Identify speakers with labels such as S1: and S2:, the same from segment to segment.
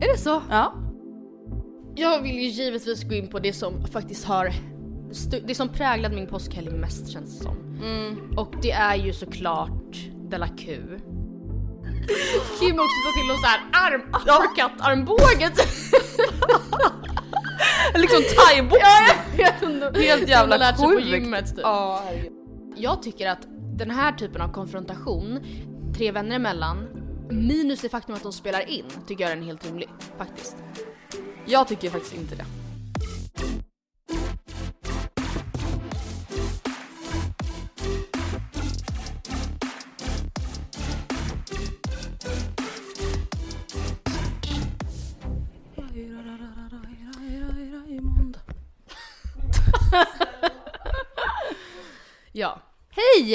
S1: Är det så?
S2: Ja.
S1: Jag vill ju givetvis gå in på det som faktiskt har stu- det som präglat min påskhelg mest känns det som. Och det är ju såklart Della Q. Kim har också tagit till någon såhär arm, uppercut armbåge.
S2: Liksom thaiboxning.
S1: Helt
S2: jävla
S1: lärt sig på
S2: sjukt.
S1: gymmet typ.
S2: Ja, herregud.
S1: Jag tycker att den här typen av konfrontation, tre vänner emellan, minus det faktum att de spelar in, tycker jag är en helt rimlig faktiskt.
S2: Jag tycker faktiskt inte det.
S1: Ja. Hej!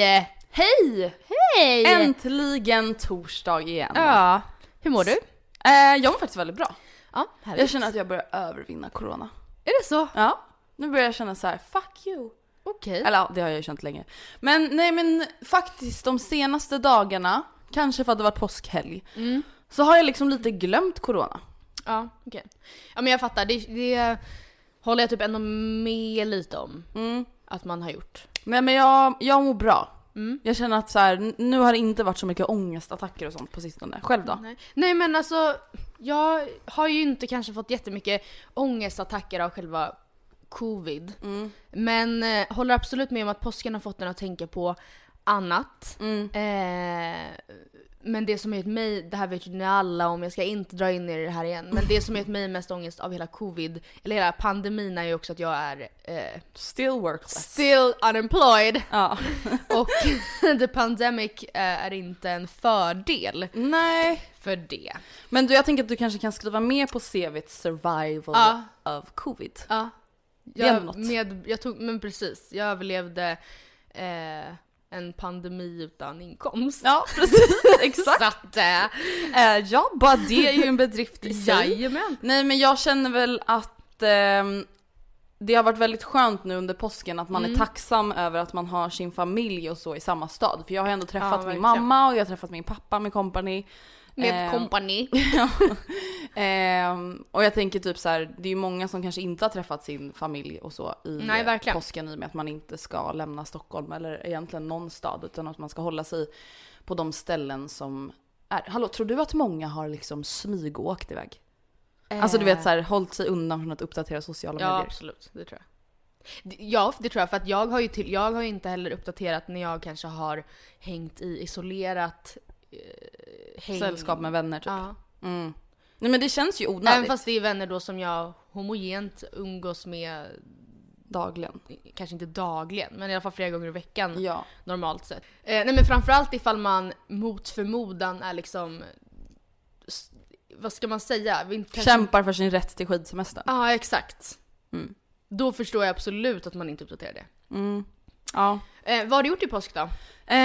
S2: Hej!
S1: Hej!
S2: Äntligen torsdag igen.
S1: Ja, hur mår du?
S2: Eh, jag mår faktiskt väldigt bra.
S1: Ja,
S2: Jag känner att jag börjar övervinna corona.
S1: Är det så?
S2: Ja. Nu börjar jag känna så här: fuck you.
S1: Okej.
S2: Eller ja, det har jag ju känt länge. Men nej men faktiskt de senaste dagarna, kanske för att det varit påskhelg,
S1: Mm.
S2: så har jag liksom lite glömt corona.
S1: Ja, okej. Ja men jag fattar, det, det håller jag typ ändå med lite om. Att man har gjort.
S2: Nej men jag, jag mår bra.
S1: Mm.
S2: Jag känner att så här, n- nu har det inte varit så mycket ångestattacker och sånt på sistone. Själv då?
S1: Nej. Nej men alltså, jag har ju inte kanske fått jättemycket ångestattacker av själva covid.
S2: Mm.
S1: Men eh, håller absolut med om att påsken har fått en att tänka på annat.
S2: Mm.
S1: Eh, men det som har gjort mig, det här vet ju ni alla om, jag ska inte dra in er i det här igen. Men det som har gjort mig mest ångest av hela covid, eller hela pandemin är ju också att jag är eh,
S2: Still workless.
S1: still unemployed.
S2: Ja.
S1: Och the pandemic eh, är inte en fördel
S2: nej.
S1: för det.
S2: Men du jag tänker att du kanske kan skriva mer på CVt survival
S1: Ja.
S2: of covid.
S1: Ja.
S2: är
S1: Jag,
S2: något.
S1: med, jag tog, men precis, jag överlevde eh, en pandemi utan inkomst.
S2: Ja precis, exakt.
S1: Så att, eh,
S2: Eh, ja, bara det är ju en bedrift i sig.
S1: jajamän.
S2: Nej men jag känner väl att ehm, det har varit väldigt skönt nu under påsken att
S1: Mm.
S2: man är tacksam över att man har sin familj och så i samma stad. För jag har ändå
S1: Ja,
S2: träffat min
S1: verkligen.
S2: mamma och jag har träffat min pappa med company.
S1: Med
S2: Ehm,
S1: kompani.
S2: Ja. Ehm, och jag tänker typ så här, det är ju många som kanske inte har träffat sin familj och så i
S1: Nej,
S2: eh,
S1: verkligen.
S2: påsken i och med att man inte ska lämna Stockholm eller egentligen någon stad utan att man ska hålla sig på de ställen som är. Hallå, tror du att många har liksom smygåkt iväg? Alltså du vet så här, hållit sig undan från att uppdatera sociala
S1: Ja
S2: medier.
S1: absolut, det tror jag. Det- Ja det tror jag för att jag har ju till, jag har ju inte heller uppdaterat när jag kanske har hängt i isolerat eh, häng.
S2: Sällskap med vänner typ.
S1: Ja.
S2: Mm. Nej men det känns ju
S1: Även
S2: onödigt.
S1: fast det är vänner då som jag homogent umgås med
S2: Dagligen.
S1: Kanske inte dagligen, men i alla fall flera gånger i veckan
S2: Ja.
S1: normalt sett. Eh, nej men framförallt ifall man mot förmodan är liksom... s- Vad ska man säga? Vi inte- kanske-
S2: Kämpar för sin rätt till Mm. skidsemestern.
S1: Ja, exakt. Då förstår jag absolut att man inte uppdaterar det.
S2: Mm. Ja.
S1: Eh, vad har du gjort i påsk då?
S2: Eh,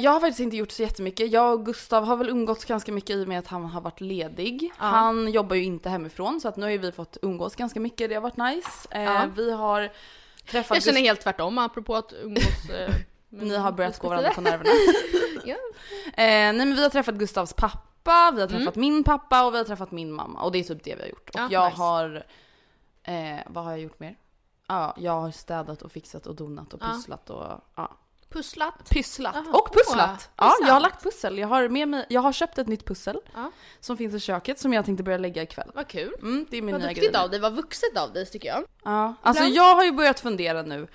S2: jag har faktiskt inte gjort så jättemycket. Jag och Gustav har väl umgåtts ganska mycket i och med att han har varit ledig. Han jobbar ju inte hemifrån så att nu har ju vi fått umgås ganska mycket, det har varit nice. Eh,
S1: Ja.
S2: Vi har träffat
S1: Jag känner
S2: Gust-
S1: helt tvärtom apropå att umgås... Eh, med-
S2: Ni har börjat gå varandra på
S1: respektive.
S2: nerverna.
S1: Ja.
S2: Eh, nej men vi har träffat Gustavs pappa, vi har träffat min pappa och vi har träffat min mamma. Och det är typ det vi har gjort. Och
S1: Mm. Ja,
S2: jag
S1: nice.
S2: har... Eh, vad har jag gjort mer? Ja, jag har städat och fixat och donat och pusslat och... Ja.
S1: Pusslat.
S2: Pysslat.
S1: Aha.
S2: och pusslat!
S1: Åh, är det
S2: Ja, jag har
S1: sant?
S2: lagt pussel. Jag har, med mig, jag har köpt ett nytt pussel
S1: Ja.
S2: som finns i köket som jag tänkte börja lägga ikväll.
S1: Vad kul.
S2: Mm, det är min
S1: Vad
S2: nya
S1: duktigt
S2: grej.
S1: av dig, vad vuxet av dig tycker jag.
S2: Ja. Alltså
S1: Ibland-
S2: jag har ju börjat fundera nu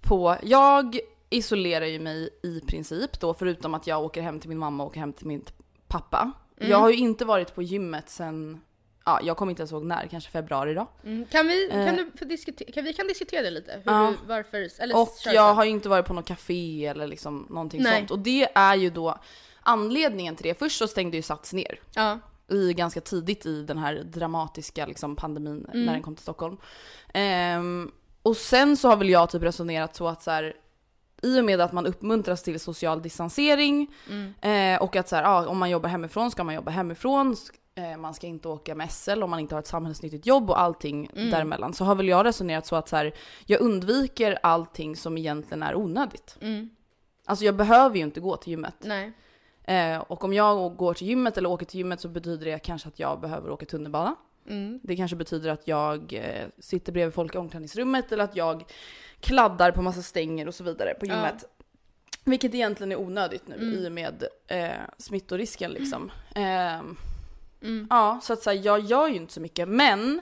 S2: på, jag isolerar ju mig i princip då förutom att jag åker hem till min mamma och åker hem till min t- pappa.
S1: Mm.
S2: Jag har ju inte varit på gymmet sen, ja jag kommer inte ens ihåg när, kanske februari då.
S1: Mm, Kan vi, kan du, för diskutera, kan, vi kan diskutera det lite, hur
S2: Eh. Ja.
S1: du, varför, eller
S2: Och
S1: kör
S2: jag
S1: sen.
S2: har ju inte varit på något café eller liksom någonting
S1: Nej.
S2: sånt. Och det är ju då anledningen till det. Först så stängde ju Sats ner.
S1: Ja.
S2: i ganska tidigt i den här dramatiska liksom, pandemin
S1: Mm.
S2: när den kom till Stockholm. Ehm, och sen så har väl jag typ resonerat så att så här, i och med att man uppmuntras till social distansering eh, och att så här, ja, om man jobbar hemifrån ska man jobba hemifrån. s- eh, Man ska inte åka med SL om man inte har ett samhällsnyttigt jobb och allting däremellan. Så har väl jag resonerat så att så här, jag undviker allting som egentligen är onödigt. Alltså jag behöver ju inte gå till gymmet.
S1: Mm, Nej.
S2: Eh, och om jag går till gymmet eller åker till gymmet så betyder det kanske att jag behöver åka tunnelbana.
S1: Mm,
S2: Det kanske betyder att jag eh, sitter bredvid folk i omklädningsrummet eller att jag kladdar på massa stänger och så vidare på gymmet. Vilket egentligen är onödigt nu
S1: Mm.
S2: i och med eh, smittorisken liksom. Ehm,
S1: Mm.
S2: Ja, så att säga, jag gör ju inte så mycket. Men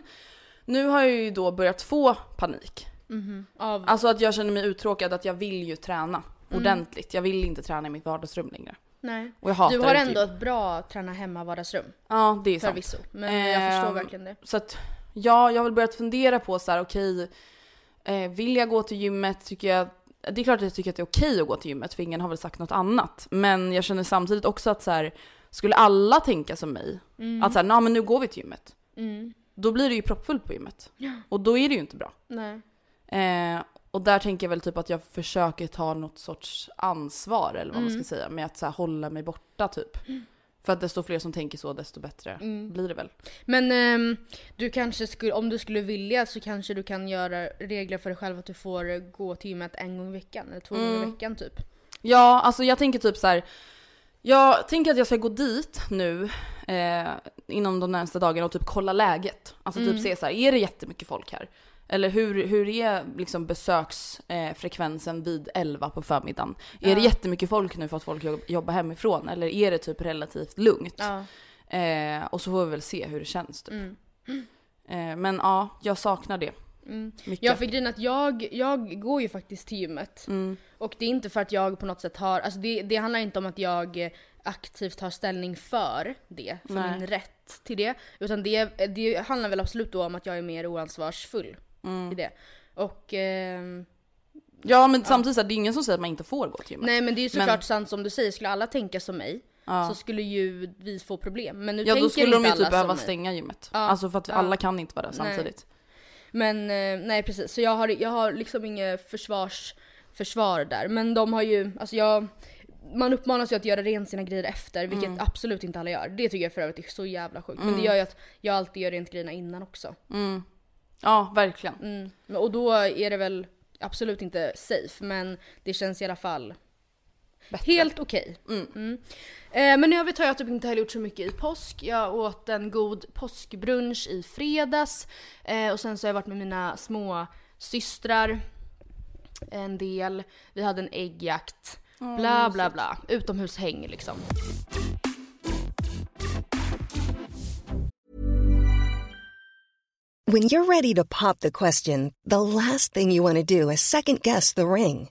S2: nu har jag ju då börjat få panik.
S1: Av, Mm.
S2: Alltså att jag känner mig uttråkad, att jag vill ju träna ordentligt. Jag vill inte träna i mitt vardagsrum längre.
S1: nej.
S2: Och jag hatar typ.
S1: Du har
S2: inte
S1: ändå
S2: gym.
S1: ett bra träna hemma-vardagsrum,
S2: Ja, det är sant.
S1: förvisso. Men jag förstår
S2: Ehm,
S1: verkligen det.
S2: Så att, ja, jag har väl börjat fundera på så här, okej, eh, vill jag gå till gymmet? Tycker jag, det är klart att jag tycker att det är okej att gå till gymmet, för ingen har väl sagt något annat. Men jag känner samtidigt också att så här, skulle alla tänka som mig,
S1: Mm.
S2: att så här, "Nå, men nu går vi till gymmet. Då blir det ju proppfullt på gymmet. Och då är det ju inte bra.
S1: Nej.
S2: Eh, och där tänker jag väl typ att jag försöker ta något sorts ansvar eller vad man ska säga med att så här, hålla mig borta typ. För att desto fler som tänker så desto bättre blir det väl.
S1: Men ehm, du kanske skulle, om du skulle vilja så kanske du kan göra regler för dig själv att du får eh, gå till gymmet en gång i veckan eller två
S2: Mm.
S1: gånger i veckan typ.
S2: Ja, alltså jag tänker typ så här. Jag tänker att jag ska gå dit nu eh, inom de närmaste dagarna och typ kolla läget. Alltså
S1: Mm.
S2: typ se så här, är det jättemycket folk här? Eller hur, hur är liksom besöksfrekvensen eh, vid 11 på förmiddagen? Är det jättemycket folk nu för att folk jobb- jobbar hemifrån? Eller är det typ relativt lugnt?
S1: Ja.
S2: Eh, och så får vi väl se hur det känns typ.
S1: Mm.
S2: Eh, men ja, jag saknar det. Mycket.
S1: Jag fick grejen att jag, jag går ju faktiskt till gymmet.
S2: Mm.
S1: Och det är inte för att jag på något sätt har, alltså det, det handlar inte om att jag eh, aktivt tar ställning för det, för
S2: Nej.
S1: min rätt till det. Utan det, det handlar väl absolut då om att jag är mer oansvarsfull i det. Och ehm,
S2: Mm. Ja men samtidigt så här, det är ingen som säger att man inte får gå till gymmet.
S1: nej men det är ju såklart
S2: Men-
S1: sant som du säger, skulle alla tänka som mig så skulle ju vi få problem. Men nu
S2: Ja
S1: tänker
S2: då skulle de
S1: inte
S2: ju
S1: alla
S2: typ behöva
S1: som mig.
S2: stänga gymmet. Alltså för att alla kan inte vara där samtidigt.
S1: Men eh, nej precis, så jag har, jag har liksom inget försvars, försvar där. Men de har ju, alltså jag, man uppmanas ju att göra rent sina grejer efter, vilket absolut inte alla gör. Det tycker jag för övrigt är så jävla sjukt. Men det gör ju att jag alltid gör rent grejerna innan också.
S2: Ja verkligen.
S1: Mm. Men- Och då är det väl absolut inte safe, men det känns i alla fall Helt okej. Mm. Eh, men i övrigt har jag typ inte heller gjort så mycket i påsk. Jag åt en god påskbrunch i fredags. Eh, och sen så har jag varit med mina små systrar en del. Vi hade en äggjakt. Bla bla bla. Utomhushäng liksom.
S3: When you're ready to pop the question, the last thing you want to do is second guess the ring.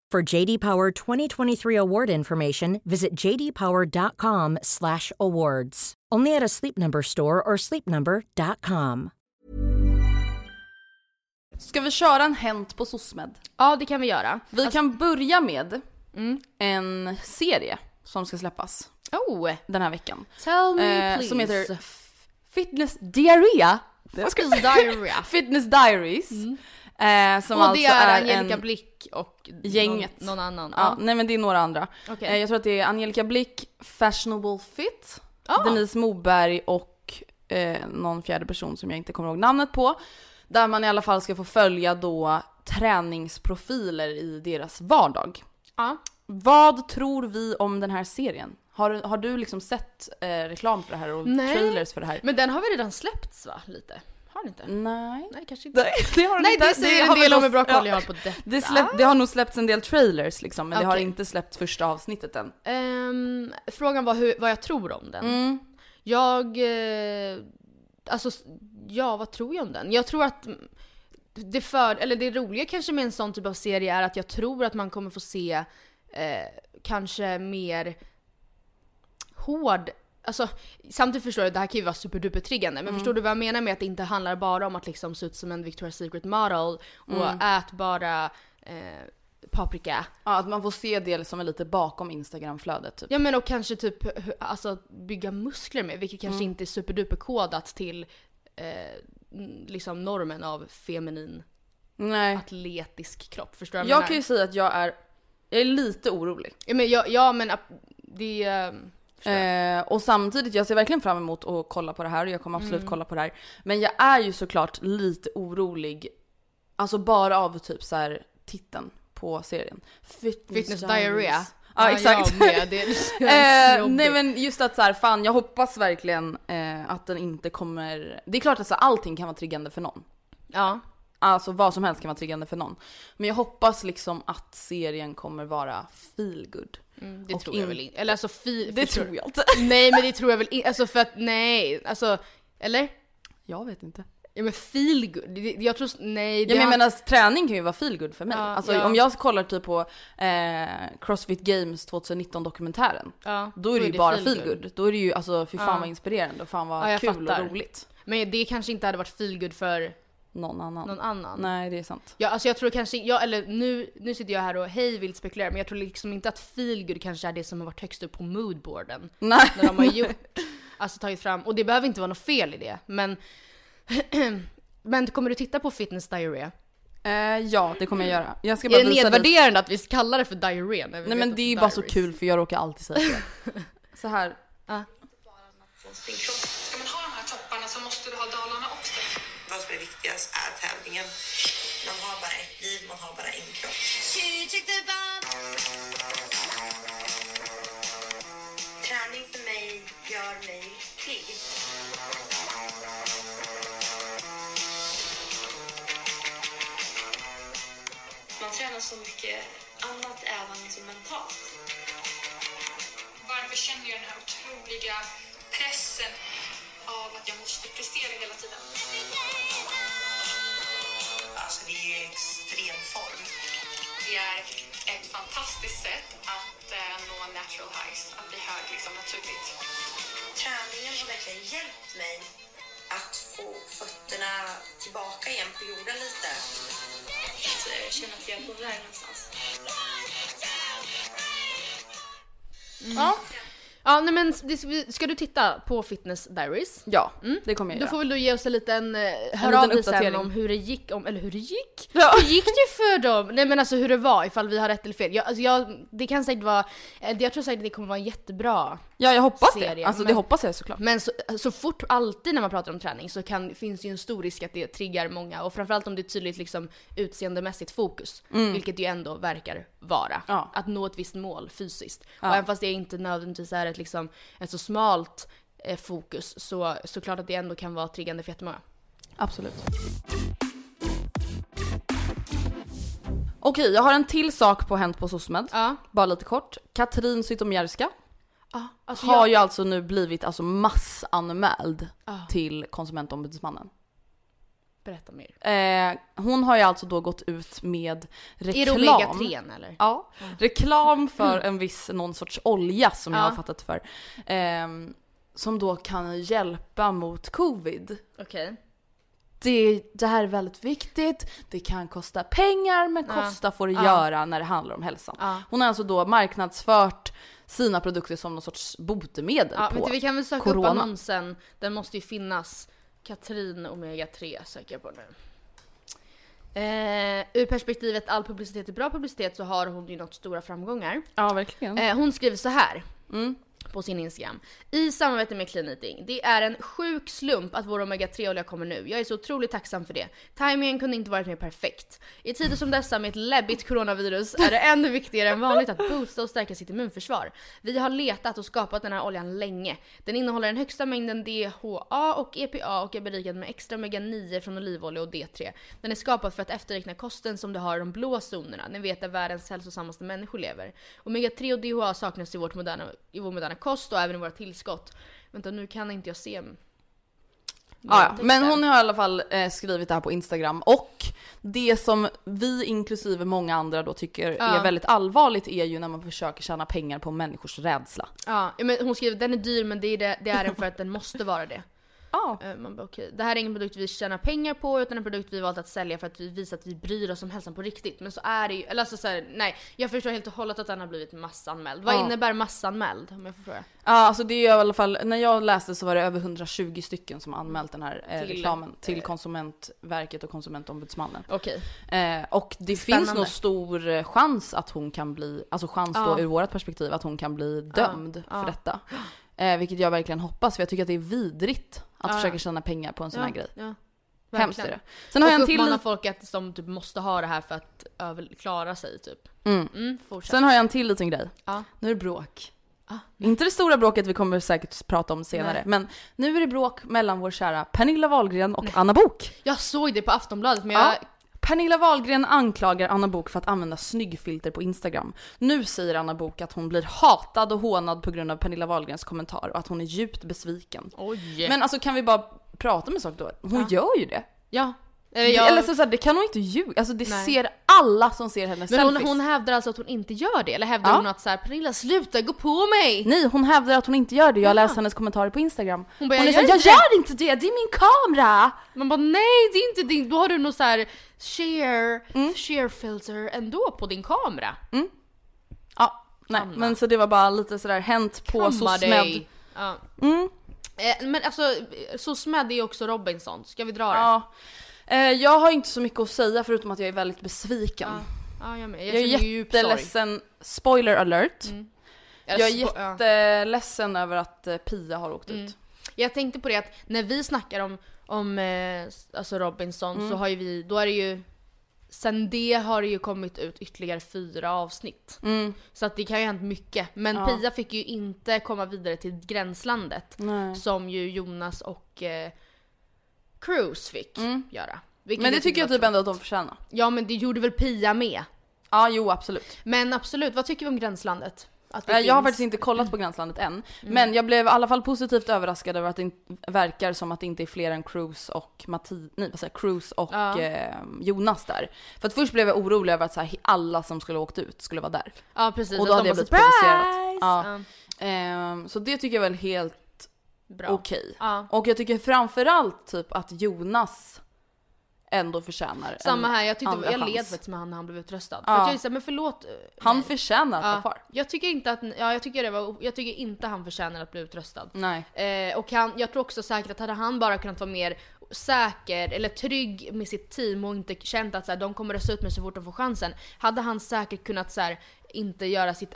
S4: For JD Power 2023 award information, visit jdpower.com/awards. Only at a Sleep Number store or sleepnumber.com.
S2: Ska vi köra en Hänt på SOSMED?
S1: Ja det kan vi göra. Alltså- Mm.
S2: Vi kan börja med en serie som ska släppas
S1: Oh!
S2: den här veckan.
S1: Tell me
S2: Eh,
S1: please.
S2: som heter F- Fitness Diarrhea.
S1: Fitness Mm. Diarrhea.
S2: Fitness Diaries. Eh, som
S1: och
S2: alltså
S1: det är
S2: är
S1: Angelica
S2: en...
S1: Blick och
S2: Gänget.
S1: Någon, någon annan.
S2: Ja, nej men det är några andra.
S1: Okej.
S2: Eh, jag tror att det är Angelica Blick, Fashionable Fit,
S1: Ah.
S2: Denise Moberg och eh, någon fjärde person som jag inte kommer ihåg namnet på. Där man i alla fall ska få följa då träningsprofiler i deras vardag.
S1: Ja.
S2: Vad tror vi om den här serien? Har, har du liksom sett eh, reklam för det här och
S1: Nej.
S2: trailers för det här?
S1: Men den har väl redan släppts va? Lite? Har den inte?
S2: Nej.
S1: Nej kanske inte.
S2: Nej, det har de
S1: Nej,
S2: inte.
S1: det säger en
S2: har väl
S1: del om
S2: nog-
S1: hur bra koll
S2: ja.
S1: jag har på detta.
S2: Det, släpp, det har nog släppts en del trailers liksom, men det har
S1: Okej.
S2: inte släppts första avsnittet än.
S1: Ehm, frågan var hur, vad jag tror om den.
S2: Mm.
S1: Jag... Eh, alltså, s- ja vad tror jag om den? Jag tror att mm, det, för, eller det roliga kanske med en sån typ av serie är att jag tror att man kommer få se eh, kanske mer hård Alltså, samtidigt förstår jag, det här kan ju vara superduper triggande men
S2: Mm.
S1: förstår du vad jag menar med att det inte handlar bara om att liksom se ut som en Victoria's Secret model och
S2: Mm.
S1: ät bara eh, paprika.
S2: Ja, att man får se det som är lite bakom Instagram-flödet typ.
S1: Ja men och kanske typ hu- alltså, att bygga muskler med, vilket
S2: Mm.
S1: kanske inte är superduper kodat till eh, n- liksom normen av feminin
S2: Nej.
S1: atletisk kropp. Förstår du vad jag,
S2: Jag
S1: menar?
S2: kan ju säga att jag är, jag är lite orolig.
S1: ja, men, ja, ja men ap- det... eh, förstår jag.
S2: Eh, och samtidigt, jag ser verkligen fram emot att kolla på det här och jag kommer
S1: Mm.
S2: absolut kolla på det här. Men jag är ju såklart lite orolig, alltså bara av typ så här titeln på serien. Fitness,
S1: Fitness diarrhea.
S2: Ja exakt.
S1: jag med. Det känns
S2: Eh,
S1: jobbigt.
S2: nej men just att så här, fan jag hoppas verkligen eh, att den inte kommer... Det är klart att så här, allting kan vara triggande för någon.
S1: Ja.
S2: Alltså vad som helst kan vara triggande för någon. Men jag hoppas liksom att serien kommer vara feel good.
S1: Mm, det
S2: Och
S1: tror jag
S2: in-
S1: väl inte. Eller alltså fi,
S2: Det
S1: förstår-
S2: tror jag inte.
S1: Nej men det tror jag väl inte. Alltså för att nej. Alltså, eller?
S2: Jag vet inte.
S1: Ja men feel good. Det- Jag tror... s- Nej.
S2: Ja, men
S1: har-
S2: jag menar träning kan ju vara feel good för mig.
S1: Ja,
S2: alltså
S1: ja.
S2: om jag kollar typ på eh, Crossfit Games 2019 dokumentären.
S1: Ja,
S2: Då är det ju bara feel good.
S1: good.
S2: Då är det ju alltså fy fan vad inspirerande och fan vad
S1: Ja, jag
S2: kul
S1: fattar.
S2: och roligt.
S1: Men det kanske inte hade varit feel good för
S2: Någon annan.
S1: någon annan.
S2: Nej det är sant.
S1: Ja, alltså jag tror kanske, jag, eller nu, nu sitter jag här och hej vill spekulera men jag tror liksom inte att feelgood kanske är det som har varit högst upp på moodboarden.
S2: Nej.
S1: När de har gjort, alltså tagit fram, och det behöver inte vara något fel i det men... men kommer du titta på fitness diarrhea?
S2: Eh, ja det kommer jag göra. Jag ska bara
S1: Är det
S2: visa dig-
S1: nedvärderande att vi kallar det för diarré? när vi
S2: Nej
S1: vet
S2: men
S1: att
S2: det är ju bara så
S1: diaries?
S2: kul för jag råkar alltid säga det. så här.
S5: sin kropp. Ska man ha de här topparna så måste du ha dalarna också. Vad som är viktigast är tävlingen. Man har bara ett liv, man har bara en kropp. Träning för mig gör mig lycklig. Man tränar så mycket annat även liksom mentalt. Varför känner jag den här otroliga pressen av att jag måste prestera hela tiden? Alltså, det är ju extrem form. Det är ett fantastiskt sätt att eh, nå natural highs, att bli hög liksom naturligt.
S6: Träningen har verkligen hjälpt mig att få fötterna tillbaka igen på jorden lite.
S5: Att eh, känna att jag är på väg någonstans.
S1: Mm. Ja. Ja, nej men det ska vi- ska du titta på Fitness Diaries? Mm.
S2: Ja, det kommer jag
S1: Då
S2: göra.
S1: får väl du ge oss en liten, eh, hör
S2: liten
S1: av dig sen
S2: uppdatering.
S1: om hur det gick, om, eller hur det gick? Hur gick det för dem? Nej men alltså hur det var, ifall vi har rätt eller fel. Jag, alltså, jag, det kan säkert vara, eh, jag tror säkert det kommer vara en jättebra
S2: Ja, jag hoppas det.
S1: serie,
S2: Alltså det
S1: men-
S2: hoppas jag såklart.
S1: Men så, så fort, alltid när man pratar om träning så kan, finns det ju en stor risk att det triggar många och framförallt om det är tydligt liksom utseendemässigt fokus,
S2: Mm.
S1: vilket ju ändå verkar vara. Att nå ett visst mål fysiskt.
S2: Ja.
S1: Och även fast det inte nödvändigtvis är ett, liksom, ett så smalt eh, fokus så såklart att det ändå kan vara triggande för jättemånga.
S2: Absolut. Okej, jag har en till sak på Hänt på SOSMED. Bara lite kort. Katrin Zytomierska
S1: Ja, alltså
S2: har
S1: jag-
S2: ju alltså nu blivit alltså massanmäld
S1: Ja.
S2: till Konsumentombudsmannen.
S1: Berätta mer.
S2: Eh, hon har ju alltså då gått ut med reklam.
S1: Är det Omega 3 eller? Mm.
S2: Ja. Reklam för en viss, någon sorts olja som jag
S1: Ja.
S2: har fattat för. Ehm, som då kan hjälpa mot covid.
S1: Okej.
S2: Det, det här är väldigt viktigt, det kan kosta pengar men
S1: Ja.
S2: kosta får det
S1: Ja.
S2: göra när det handlar om hälsan.
S1: Ja.
S2: Hon har alltså då marknadsfört sina produkter som någon sorts botemedel
S1: Ja,
S2: på
S1: vet du, vi kan väl söka
S2: corona.
S1: upp annonsen, den måste ju finnas. Katrin Omega 3 söker jag på nu. Eh, ur perspektivet all publicitet är bra publicitet så har hon ju nått stora framgångar.
S2: Ja, verkligen. Mm.
S1: Eh, hon skriver så här. På sin Instagram. I samarbete med Clean Eating. Det är en sjuk slump att vår Omega 3-olja kommer nu. Jag är så otroligt tacksam för det. Timingen kunde inte varit mer perfekt. I tider som dessa med ett läbbigt coronavirus är det ännu viktigare än vanligt att boosta och stärka sitt immunförsvar. Vi har letat och skapat den här oljan länge. Den innehåller den högsta mängden DHA och EPA och är berikad med extra omega-9 från olivolja och D3. Den är skapad för att efterräkna kosten som du har i de blå zonerna, ni vet där världens hälsosammaste människor lever. Omega-3 och DHA saknas i, vårt moderna, i vår moderna kost och även i våra tillskott. Vänta nu kan inte jag se
S2: Ja, ja. Men hon har i alla fall eh, skrivit det här på Instagram och det som vi inklusive många andra då tycker
S1: Ja.
S2: är väldigt allvarligt är ju när man försöker tjäna pengar på människors rädsla.
S1: Ja, men hon skriver den är dyr men det är, det, det är den för att den måste vara det. Eh,
S2: Ja.
S1: Man bara okej, det här är ingen produkt vi tjänar pengar på utan en produkt vi valt att sälja för att vi visar att vi bryr oss om hälsan på riktigt. Men så är det ju, eller alltså så här, nej. Jag förstår helt och hållet att den har blivit massanmäld. Vad
S2: Ja.
S1: innebär massanmäld om jag får fråga?
S2: Ja, alltså det är ju i alla fall, när jag läste så var det över 120 stycken som har anmält den här eh,
S1: Till,
S2: reklamen till Konsumentverket och Konsumentombudsmannen.
S1: Okej.
S2: Eh, och det
S1: Spännande.
S2: finns nog stor eh, chans att hon kan bli, alltså chans
S1: Ja.
S2: då ur vårt perspektiv, att hon kan bli
S1: Ja,
S2: dömd
S1: ja.
S2: för detta. Eh, vilket jag verkligen hoppas, för jag tycker att det är vidrigt att
S1: Ja,
S2: försöka
S1: ja.
S2: tjäna pengar på en sån här
S1: Ja,
S2: grej.
S1: Ja.
S2: Hemskt är
S1: Verkligen.
S2: det. Sen har
S1: och
S2: jag en till
S1: uppmanar
S2: lit-
S1: folk att de typ måste ha det här för att över- klara sig typ.
S2: Mm.
S1: fortsätt.
S2: Sen har jag en till liten grej.
S1: Ja.
S2: Nu är det bråk. Ah, Inte det stora bråket vi kommer säkert prata om senare,
S1: Nej.
S2: men nu är det bråk mellan vår kära Pernilla Wahlgren och Anna Bok.
S1: Jag såg det på Aftonbladet men
S2: Ja.
S1: jag...
S2: Pernilla Wahlgren anklagar Anna Bok för att använda snyggfilter på Instagram. Nu säger Anna Bok att hon blir hatad och hånad på grund av Pernilla Wahlgrens kommentar och att hon är djupt besviken.
S1: Oj.
S2: Men alltså kan vi bara prata om en sak då? Hon
S1: Ja.
S2: gör ju det.
S1: Ja. Eller
S2: Eller,
S1: jag-
S2: så, så här, det kan hon inte ljuga. Alltså det
S1: Nej.
S2: ser alla som ser hennes
S1: Men hon,
S2: selfies.
S1: hon hävdar alltså att hon inte gör det? Eller hävdar
S2: Ja.
S1: hon att så här, Pernilla sluta, gå på mig!
S2: Nej, hon hävdar att hon inte gör det. Jag läste hennes kommentarer på Instagram.
S1: Hon
S2: Hon,
S1: bara,
S2: är
S1: "Jag
S2: såhär,
S1: gör
S2: jag
S1: inte
S2: gör inte det, det är min kamera!
S1: Man bara nej det är inte din, då har du nog så här share,
S2: Mm.
S1: share filter ändå på din kamera.
S2: Ja, nej. Men så det var bara lite sådär hänt på
S1: Kamma
S2: SOSMED.
S1: dig. Ja.
S2: Mm.
S1: Eh, men alltså SOSMED är ju också Robinson, ska vi dra det?
S2: Ja. Eh, jag har inte så mycket att säga förutom att jag är väldigt besviken.
S1: Ja, jag med.
S2: Jag,
S1: Jag,
S2: är
S1: känner ju djup sorg.
S2: jätteledsen, spoiler alert.
S1: Ja,
S2: Jag är
S1: spo- ja.
S2: jätteledsen över att eh, Pia har åkt
S1: Mm.
S2: ut.
S1: Jag tänkte på det att när vi snackar om, om eh, alltså Robinson så
S2: Mm.
S1: har ju vi, då är det ju Sen det har det ju kommit ut ytterligare fyra avsnitt.
S2: Mm.
S1: Så att det kan ju ha hänt mycket. Men
S2: Ja.
S1: Pia fick ju inte komma vidare till Gränslandet.
S2: Nej.
S1: Som ju Jonas och eh, Cruise fick göra. Vilket
S2: Mm. Men det
S1: jag
S2: tycker jag
S1: var
S2: typ ändå att de förtjänar.
S1: Ja men det gjorde väl Pia med?
S2: Ja, jo absolut.
S1: Men absolut, vad tycker vi om Gränslandet? Att det
S2: Eh, Jag har
S1: finns.
S2: faktiskt inte kollat på Gränslandet än,
S1: Mm.
S2: men jag blev i alla fall positivt överraskad över att det in- verkar som att det inte är fler än Cruz och Matti, nej, vad säger, jag, Cruz och
S1: Ja.
S2: eh, Jonas där. För att först blev jag orolig över att så här, he- alla som skulle ha åkt ut skulle vara där.
S1: Ja precis,
S2: Och då
S1: att
S2: hade
S1: de
S2: jag
S1: bara,
S2: blivit provocerad.
S1: "Surprise!"
S2: Ja. Ehm, så det tycker jag väl helt
S1: Bra.
S2: okej.
S1: Ja.
S2: Och jag tycker framförallt typ att Jonas ändå förtjänar en
S1: Samma här, jag, tyckte,
S2: andra
S1: jag led
S2: chans.
S1: faktiskt med han när han blev utröstad. För
S2: Ja.
S1: att jag är så här, men förlåt. eh,
S2: Han
S1: nej.
S2: förtjänar att vara
S1: ja.
S2: kvar.
S1: Jag tycker inte att, ja jag tycker det var, jag tycker inte han förtjänar att bli utröstad.
S2: Nej.
S1: Eh, och han, jag tror också säkert att hade han bara kunnat vara mer säker eller trygg med sitt team och inte känt att så här, de kommer rösta ut mig så fort de får chansen. Hade han säkert kunnat så här, inte göra sitt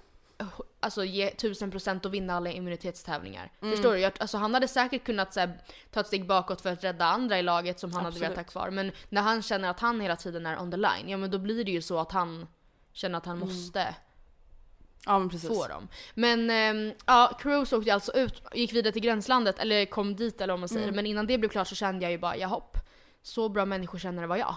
S1: Alltså ge 1000% och vinna alla immunitetstävlingar.
S2: Mm.
S1: Förstår du? Jag, alltså, han hade säkert kunnat så här, ta ett steg bakåt för att rädda andra i laget som han hade
S2: Absolut.
S1: velat ha kvar. Men när han känner att han hela tiden är on the line, ja men då blir det ju så att han känner att han
S2: Mm.
S1: måste
S2: Ja men precis.
S1: få dem. Men ehm, ja, Cruz åkte alltså ut, gick vidare till gränslandet, eller kom dit eller vad man säger.
S2: Mm.
S1: Men innan det blev klart så kände jag ju bara, ja hopp. Så bra människokännare var jag.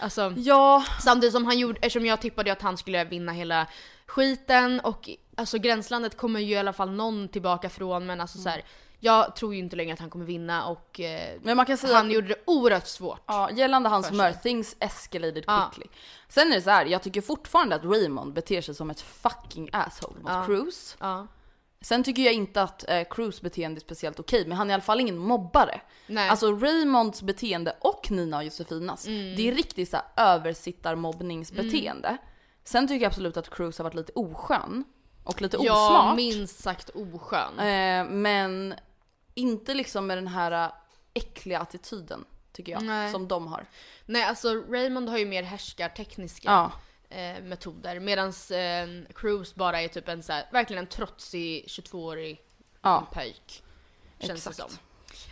S1: Alltså,
S2: ja.
S1: samtidigt som han gjorde, eftersom jag tippade ju att han skulle vinna hela skiten och alltså gränslandet kommer ju i alla fall någon tillbaka från men
S2: Mm.
S1: alltså så här, jag tror ju inte längre att han kommer vinna och eh,
S2: Men man kan säga
S1: han
S2: att-
S1: gjorde det oerhört svårt.
S2: Ja, gällande hans
S1: för sig.
S2: humör, things escalated
S1: Ja.
S2: quickly. Sen är det så här, jag tycker fortfarande att Raymond beter sig som ett fucking asshole mot
S1: Ja.
S2: Cruz.
S1: Ja.
S2: Sen tycker jag inte att eh, Cruz beteende är speciellt okej, men han är i alla fall ingen mobbare.
S1: Nej.
S2: Alltså Raymonds beteende och Nina och Josefinas,
S1: Mm.
S2: det är riktigt så här översittarmobbningsbeteende. Sen tycker jag absolut att Cruz har varit lite oskön och lite
S1: Ja,
S2: osmart.
S1: minst sagt oskön.
S2: Eh, men inte liksom med den här eh, äckliga attityden, tycker jag,
S1: Nej.
S2: som de har.
S1: Nej, alltså Raymond har ju mer härskartekniska
S2: Ja.
S1: eh, metoder. Medan eh, Cruz bara är typ en så här, verkligen en trotsig 22-årig
S2: Ja.
S1: pöjk. Känns
S2: Exakt.
S1: det som.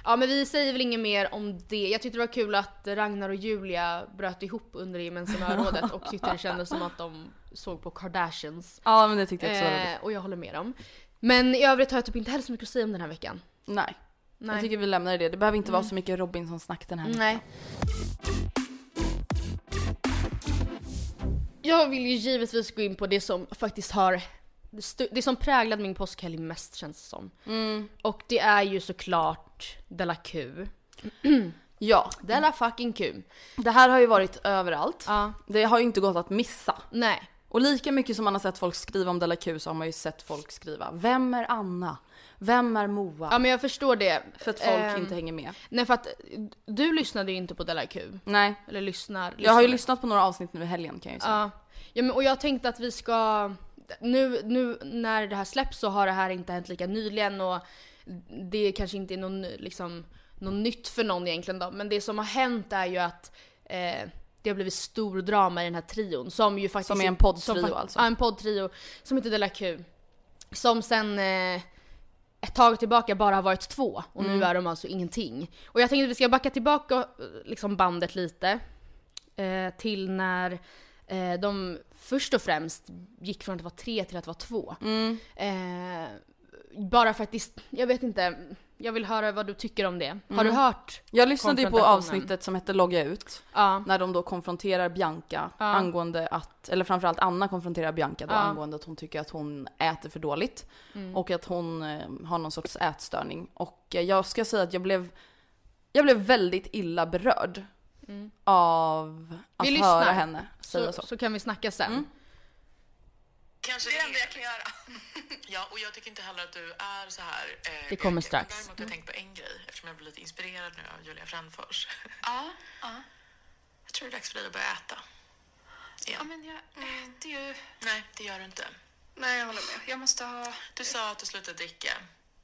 S1: Ja men vi säger väl inget mer om det. Jag tyckte det var kul att Ragnar och Julia bröt ihop under det gemensamma rådet och tyckte det kändes som att de såg på Kardashians. Eh,
S2: Ja, men det tyckte jag också var roligt.
S1: Och jag håller med dem. Men i övrigt har jag typ inte heller så mycket att säga om den här veckan.
S2: Nej.
S1: Nej.
S2: Jag tycker vi lämnar det. Det behöver inte vara
S1: Mm.
S2: så mycket Robinson-snack den här
S1: Nej. Jag vill ju givetvis gå in på det som faktiskt har det stu- det som präglade min påskhelg mest känns det som.
S2: Mm.
S1: Och det är ju såklart Della Q.
S2: Ja.
S1: Della fucking Q.
S2: Det här har ju varit överallt. Det har ju inte gått att missa.
S1: Nej.
S2: Och lika mycket som man har sett folk skriva om Della Q så har man ju sett folk skriva Vem är Anna? Vem är Moa?
S1: Ja men jag förstår det.
S2: För att folk
S1: Ehm,
S2: inte hänger med.
S1: Nej för att du lyssnade ju inte på Della Q.
S2: Nej.
S1: Eller lyssnar.
S2: Jag har
S1: lyssnade.
S2: ju lyssnat på några avsnitt nu i helgen kan jag ju säga.
S1: Ja. ja men, och jag tänkte att vi ska, nu, nu när det här släpps så har det här inte hänt lika nyligen och det kanske inte är någon, liksom, något nytt för någon egentligen då. Men det som har hänt är ju att eh, det har blivit stor drama i den här trion som ju faktiskt...
S2: Som är en poddtrio
S1: som fa-
S2: alltså.
S1: Ja en poddtrio som heter Della Q. Som sen eh, ett tag tillbaka bara har varit två och nu
S2: Mm.
S1: är de alltså ingenting. Och jag tänkte att vi ska backa tillbaka eh, liksom bandet lite eh, till när eh, de först och främst gick från att vara tre till att vara två.
S2: Mm.
S1: Eh, bara för att det, jag vet inte, jag vill höra vad du tycker om det. Har
S2: Mm.
S1: du hört?
S2: Jag lyssnade ju på
S1: konfrontationen?
S2: avsnittet som hette Logga ut.
S1: Ja.
S2: När de då konfronterar Bianca
S1: Ja.
S2: angående att, eller framförallt Anna konfronterar Bianca då
S1: Ja.
S2: angående att hon tycker att hon äter för dåligt.
S1: Mm.
S2: Och att hon eh, har någon sorts ätstörning. Och eh, jag ska säga att jag blev, jag blev väldigt illa berörd
S1: Mm.
S2: av att
S1: Vi lyssnar.
S2: höra henne säga
S1: Så,
S2: så. Mm.
S1: så. kan vi snacka sen.
S6: Kanske det är det enda jag kan göra.
S7: Ja, och jag tycker inte heller att du är så här. Eh,
S1: Det kommer
S7: pekig. Men
S1: strax.
S7: Däremot har jag tänkt på en grej eftersom jag blir lite inspirerad nu av Julia Frändfors. Ja, ja. Jag tror det är dags för dig att börja äta. Ja, men jag äter ju... Mm. Nej, det gör du inte.
S6: Nej, jag håller med. Jag måste ha...
S7: Du sa att du slutade dricka.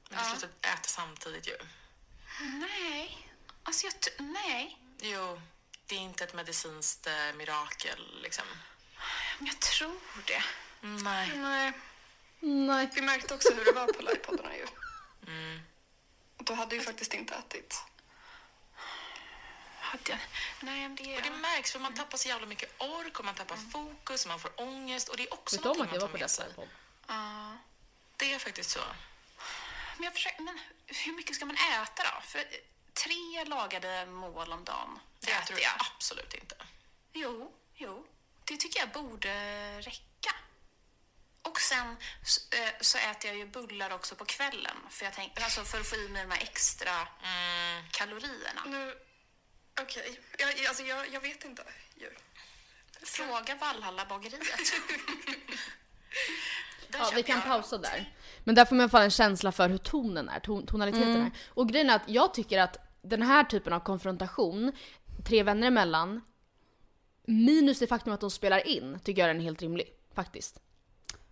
S7: Men du
S6: Ja.
S7: slutade äta samtidigt ju.
S6: Nej. Alltså, jag... t- Nej.
S7: Jo, det är inte ett medicinskt eh, mirakel liksom.
S6: Men jag tror det.
S7: Nej.
S6: Nej.
S1: Nej.
S6: Vi märkte också hur det var på livepoddarna ju.
S7: Mm.
S6: Och Då hade jag ju faktiskt inte ätit. Hade jag? Nej, men det... Mm.
S7: Och det märks för man tappar så jävla mycket ork och man tappar fokus och man får ångest och det är också
S1: Vet du om
S7: någonting
S1: att jag var
S7: man tar
S1: på
S7: med
S1: dessa
S7: sig.
S1: podd?
S6: Ja.
S7: Det är faktiskt så.
S6: Men jag försöker... Men hur mycket ska man äta då? För eh, tre lagade mål om dagen
S7: Det äter
S6: äter
S7: du
S6: jag.
S7: absolut inte.
S6: Jo, jo. Det tycker jag borde räcka. Och
S7: sen s- eh, så äter jag ju bullar också på kvällen för, jag tänk, alltså för att få i mig de här extra kalorierna.
S8: Mm. Nu, okej. Jag, alltså, jag, jag vet inte ju.
S7: Fråga Valhalla-bageriet. Där
S1: Ja, vi
S7: köper
S1: kan
S7: jag-
S1: pausa där. Men där får man i alla fall en känsla för hur tonen är, ton tonaliteten
S2: Mm.
S1: är. Och grejen är att jag tycker att den här typen av konfrontation, tre vänner emellan, minus det faktum att de spelar in, tycker jag är en helt rimlig. Faktiskt.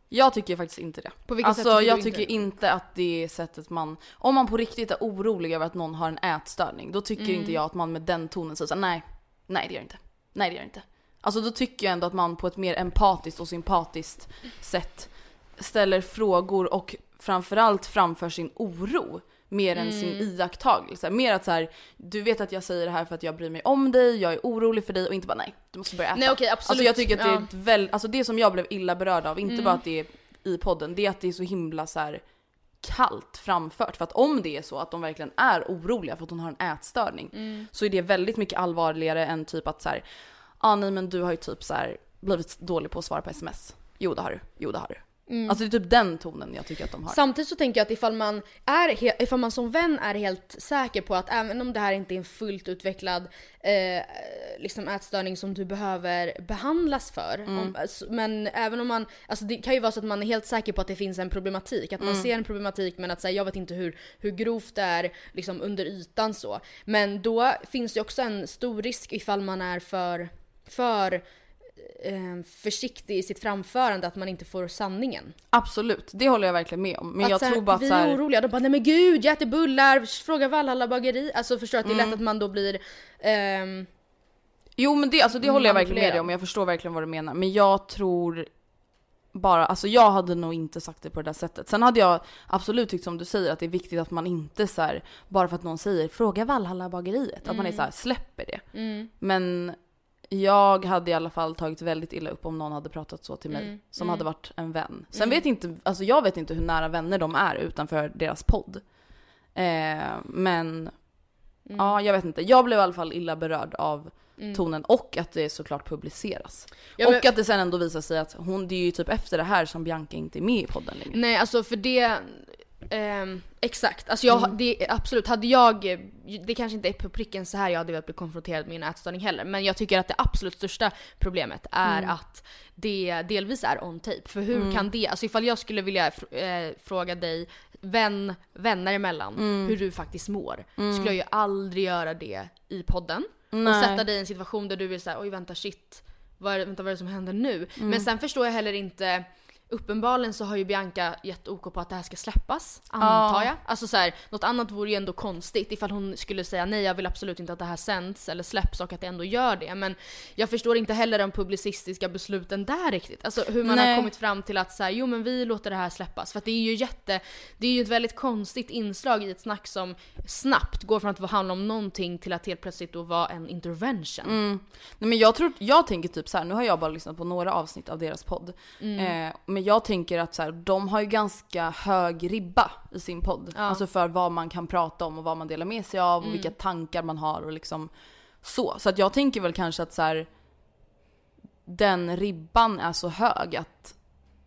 S2: Jag tycker faktiskt inte det.
S1: På vilket
S2: alltså
S1: sätt tycker du
S2: jag
S1: inte
S2: tycker
S1: det?
S2: inte att det är sättet man... Om man på riktigt är orolig över att någon har en ätstörning, då tycker
S1: Mm.
S2: inte jag att man med den tonen säger så här, nej, nej det gör jag inte. Nej det gör jag inte. Alltså då tycker jag ändå att man på ett mer empatiskt och sympatiskt sätt ställer frågor och framförallt framför sin oro mer än sin
S1: Mm.
S2: iakttagelse. Mer att så här, du vet att jag säger det här för att jag bryr mig om dig, jag är orolig för dig och inte bara nej, du måste börja äta.
S1: Nej, okej, absolut.
S2: Alltså jag tycker att det är
S1: Ja.
S2: ett väl, alltså det som jag blev illa berörd av, inte
S1: Mm.
S2: bara att det är i podden, det är att det är så himla så här kallt framfört. För att om det är så att de verkligen är oroliga för att hon har en ätstörning
S1: Mm.
S2: så är det väldigt mycket allvarligare än typ att så här, ah, nej men du har ju typ så här blivit dålig på att svara på sms. Jo det har du, jo det har du.
S1: Mm.
S2: Alltså det är typ den tonen jag tycker att de har.
S1: Samtidigt så tänker jag att ifall man, är he- ifall man som vän är helt säker på att även om det här inte är en fullt utvecklad eh, liksom ätstörning som du behöver behandlas för.
S2: Mm.
S1: Om, alltså, men även om man, alltså det kan ju vara så att man är helt säker på att det finns en problematik. Att man
S2: Mm.
S1: ser en problematik men att säga jag vet inte hur, hur grovt det är liksom under ytan så. Men då finns det också en stor risk ifall man är för, för eh, försiktig i sitt framförande att man inte får sanningen.
S2: Absolut, det håller jag verkligen med om. Men
S1: att
S2: jag
S1: så här,
S2: tror bara att
S1: vi
S2: så
S1: är
S2: här,
S1: oroliga, de bara nej men gud jag äter bullar, fråga Valhalla bageri. Alltså förstår att det är lätt
S2: Mm.
S1: att man då blir... ehm,
S2: Jo men det, alltså, det håller jag verkligen med dig
S1: Manipulerad.
S2: om, jag förstår verkligen vad du menar. Men jag tror bara, alltså jag hade nog inte sagt det på det där sättet. Sen hade jag absolut tyckt som du säger att det är viktigt att man inte så här, bara för att någon säger fråga Valhalla bageriet, att man är
S1: Mm.
S2: så här, släpper det.
S1: Mm.
S2: Men jag hade i alla fall tagit väldigt illa upp om någon hade pratat så till mig
S1: Mm.
S2: som
S1: Mm.
S2: hade varit en vän. Sen
S1: Mm.
S2: vet inte, alltså jag vet inte hur nära vänner de är utanför deras podd. Eh,
S1: Mm.
S2: men ja, jag vet inte. Jag blev i alla fall illa berörd av
S1: Mm.
S2: tonen och att det såklart publiceras.
S1: Ja,
S2: och
S1: men-
S2: att det sen ändå visar sig att hon, det är ju typ efter det här som Bianca inte är med i podden längre.
S1: Nej alltså för det... ehm, exakt, alltså jag,
S2: Mm.
S1: det, absolut. Hade jag, eh, det kanske inte är på pricken så här jag hade velat bli konfronterad med min ätstörning heller. Men jag tycker att det absolut största problemet är
S2: Mm.
S1: att det delvis är on tape. Typ, För hur
S2: Mm.
S1: kan det, alltså ifall jag skulle vilja fr- eh, fråga dig, vän, vänner emellan,
S2: Mm.
S1: hur du faktiskt mår.
S2: Mm.
S1: Skulle jag ju aldrig göra det i podden.
S2: Nej.
S1: Och sätta dig i en situation där du är såhär, oj vänta shit, vad är, vänta, vad är det som händer nu?
S2: Mm.
S1: Men sen förstår jag heller inte, uppenbarligen så har ju Bianca gett OK på att det här ska släppas, antar
S2: Ja.
S1: jag. Alltså så här, något annat vore ju ändå konstigt ifall hon skulle säga nej jag vill absolut inte att det här sänds eller släpps och att det ändå gör det. Men jag förstår inte heller de publicistiska besluten där riktigt. Alltså hur man
S2: Nej.
S1: har kommit fram till att så här, jo men vi låter det här släppas. För att det är ju jätte, det är ju ett väldigt konstigt inslag i ett snack som snabbt går från att handla om någonting till att helt plötsligt då vara en intervention.
S2: Mm. Nej, men jag, tror, jag tänker typ så här, nu har jag bara lyssnat på några avsnitt av deras podd.
S1: Mm.
S2: Eh, men jag tänker att så här, de har ju ganska hög ribba i sin podd.
S1: Ja.
S2: Alltså för vad man kan prata om och vad man delar med sig av och
S1: Mm.
S2: vilka tankar man har och liksom så. Så att jag tänker väl kanske att så här, den ribban är så hög att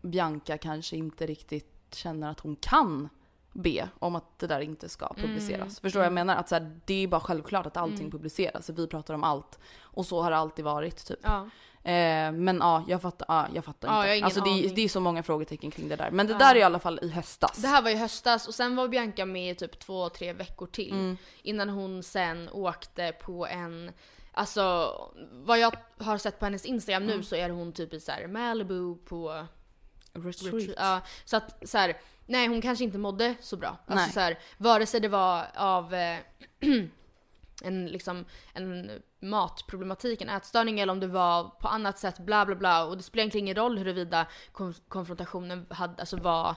S2: Bianca kanske inte riktigt känner att hon kan be om att det där inte ska publiceras.
S1: Mm.
S2: Förstår vad jag menar? Att så här, det är bara självklart att allting
S1: Mm.
S2: publiceras. Vi pratar om allt och så har det alltid varit typ.
S1: Ja.
S2: Eh, men ja, jag fattar, ja, jag fattar
S1: Ja,
S2: inte.
S1: jag har ingen
S2: alltså, det, är,
S1: aning.
S2: det är så många frågetecken kring det där. Men det
S1: Ja.
S2: där är i alla fall i höstas.
S1: Det här var i höstas och sen var Bianca med i typ två, tre veckor till.
S2: Mm.
S1: Innan hon sen åkte på en, alltså vad jag har sett på hennes Instagram nu
S2: Mm.
S1: så är hon typ i så här Malibu på
S2: Retreat.
S1: retreat. Ja, så att så här, nej hon kanske inte mådde så bra. Alltså,
S2: Nej.
S1: så här, vare sig det var av eh, en, liksom, en matproblematik, en ätstörning eller om det var på annat sätt bla bla bla. Och det spelar egentligen ingen roll huruvida konf- konfrontationen hade, alltså, var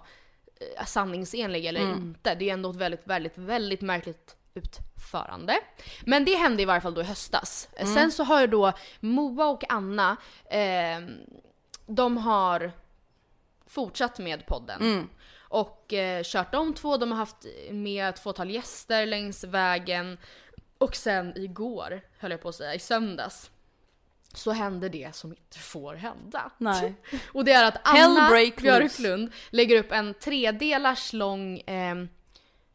S1: eh, sanningsenlig eller
S2: Mm.
S1: inte. Det är ändå ett väldigt, väldigt, väldigt märkligt utförande. Men det hände i varje fall då i höstas.
S2: Mm.
S1: Sen så har ju då Moa och Anna, eh, de har fortsatt med podden.
S2: Mm.
S1: Och eh, kört de två, de har haft med ett fåtal gäster längs vägen. Och sen igår, höll jag på att säga, i söndags. så händer det som inte får hända.
S2: Nej.
S1: Och det är att
S2: Hell
S1: Anna
S2: break
S1: Björklund lägger upp en tredelars lång ehm,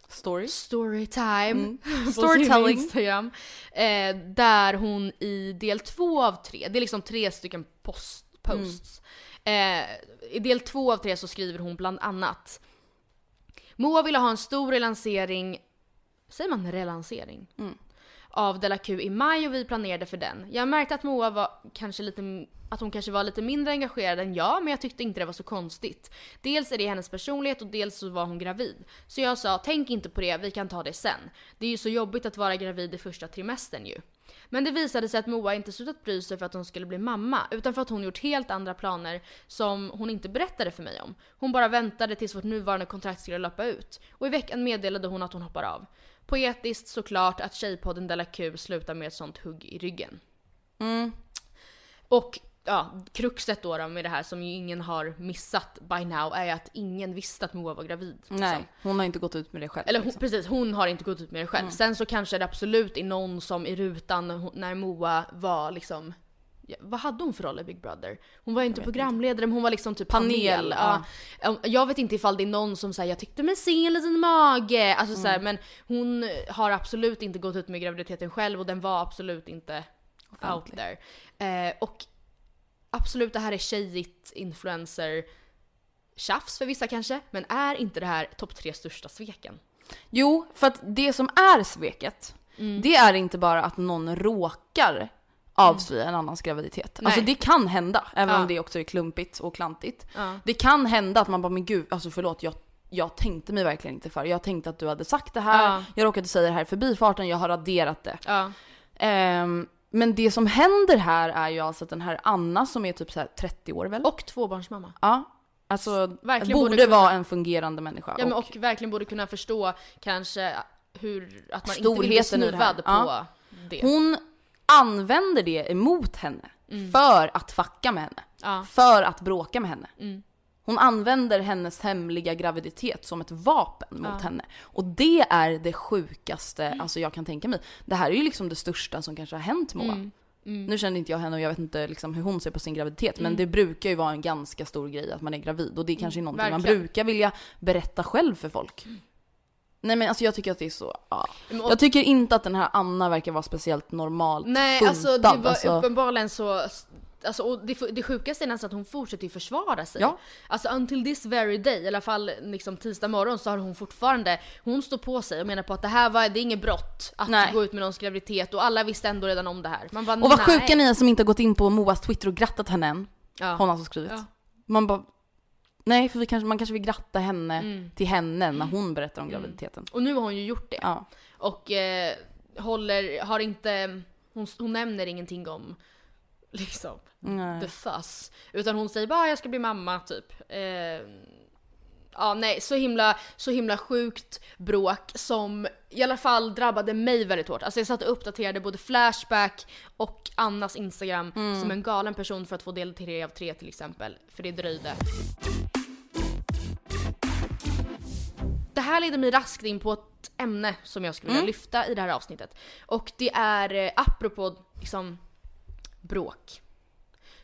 S2: Story.
S1: Storytime.
S2: Mm.
S1: på
S2: Storytelling.
S1: sin Instagram. Eh, där hon i del två av tre, det är liksom tre stycken post, posts. Eh, I del två av tre så skriver hon bland annat Moa ville ha en stor relansering, säger man relansering?
S2: Mm.
S1: Av Della Q i maj och vi planerade för den. Jag märkte att Moa var kanske lite, att hon kanske var lite mindre engagerad än jag men jag tyckte inte det var så konstigt. Dels är det hennes personlighet och dels så var hon gravid. Så jag sa tänk inte på det, vi kan ta det sen. Det är ju så jobbigt att vara gravid i första trimestern ju. Men det visade sig att Moa inte slutat bry sig för att hon skulle bli mamma, utan för att hon gjort helt andra planer som hon inte berättade för mig om. Hon bara väntade tills vårt nuvarande kontrakt skulle löpa ut. Och i veckan meddelade hon att hon hoppar av. Poetiskt såklart att tjejpodden Della Q slutar med ett sånt hugg i ryggen.
S2: Mm.
S1: Och ja, kruxet då, då med det här som ju ingen har missat by now är ju att ingen visste att Moa var gravid.
S2: Nej, hon har inte gått ut med det själv.
S1: Liksom. Eller hon,
S2: liksom.
S1: precis, hon har inte gått ut med det själv.
S2: Mm.
S1: Sen så kanske det absolut är någon som i rutan när hon- när Moa var liksom ja, vad hade hon för roll i Big Brother? Hon var ju inte programledare men hon var liksom typ panel.
S2: Panel,
S1: Ja. Om- Jag vet inte ifall det är någon som säger jag tyckte mig se en liten mage. Alltså, så här,
S2: Mm.
S1: men hon har absolut inte gått ut med graviditeten själv och den var absolut inte out
S2: Offentlig.
S1: there. Eh, och absolut det här är tjejigt influencer tjafs för vissa kanske, men är inte det här topp tre största sveken?
S2: Jo, för att det som är sveket,
S1: Mm.
S2: det är inte bara att någon råkar avslöja en annans graviditet.
S1: Nej.
S2: Alltså det kan hända, även
S1: Ja.
S2: om det också är klumpigt och klantigt.
S1: Ja.
S2: Det kan hända att man bara, men gud, alltså förlåt, jag, jag tänkte mig verkligen inte för. Jag tänkte att du hade sagt det här,
S1: Ja.
S2: jag råkade säga det här i förbifarten, jag har raderat det.
S1: Ja.
S2: Ehm, men det som händer här är ju alltså att den här Anna som är typ så här 30 år väl?
S1: Och tvåbarnsmamma.
S2: Ja. Alltså
S1: Verkligen
S2: borde,
S1: borde kunna-
S2: vara en fungerande människa.
S1: Ja, men och verkligen borde kunna förstå kanske hur, att man inte vill bli
S2: storheten i det här.
S1: snuvad på
S2: Ja.
S1: det.
S2: Hon använder det emot henne
S1: Mm.
S2: för att fucka med henne.
S1: Ja.
S2: För att bråka med henne.
S1: Mm.
S2: Hon använder hennes hemliga graviditet som ett vapen mot
S1: Ja.
S2: henne. Och det är det sjukaste alltså, jag kan tänka mig. Det här är ju liksom det största som kanske har hänt Moa.
S1: Mm. Mm.
S2: Nu känner inte jag henne och jag vet inte liksom hur hon ser på sin graviditet men
S1: Mm.
S2: det brukar ju vara en ganska stor grej att man är gravid och det kanske är
S1: Mm,
S2: någonting man
S1: verkligen. Mm.
S2: brukar vilja berätta själv för folk. Nej men alltså jag tycker att det är så, ja.
S1: Men och-
S2: Jag tycker inte att den här Anna verkar vara speciellt normalt
S1: Nej,
S2: funtad,
S1: alltså det var
S2: alltså.
S1: uppenbarligen så... Alltså, och det, det sjukaste är nästan att hon fortsätter ju försvara sig.
S2: Ja.
S1: Alltså until this very day, i alla fall liksom tisdag morgon så har hon fortfarande, hon står på sig och menar på att det här var, det är inget brott att
S2: Nej.
S1: gå ut med någons graviditet och alla visste ändå redan om det här. Man bara,
S2: Och vad
S1: nej.
S2: sjuka ni är som inte har gått in på Moas Twitter och grattat henne än.
S1: Ja.
S2: Hon har alltså skrivit.
S1: Ja.
S2: Man bara, nej för vi kanske, man kanske vill gratta henne
S1: Mm.
S2: till henne när hon berättar om graviditeten.
S1: Och nu har hon ju gjort det.
S2: liksom. Ja.
S1: Och eh, håller, har inte, hon, hon nämner ingenting om liksom
S2: Nej.
S1: the fuss. Utan hon säger bara "Ah, jag ska bli mamma typ. Eh, ja nej så himla, så himla sjukt bråk som i alla fall drabbade mig väldigt hårt. Alltså jag satt och uppdaterade både Flashback och Annas Instagram
S2: Mm.
S1: som en galen person för att få del 3 av 3 till exempel. För det dröjde. Det här leder mig raskt in på ett ämne som jag skulle vilja
S2: Mm.
S1: lyfta i det här avsnittet. Och det är eh, apropå liksom bråk.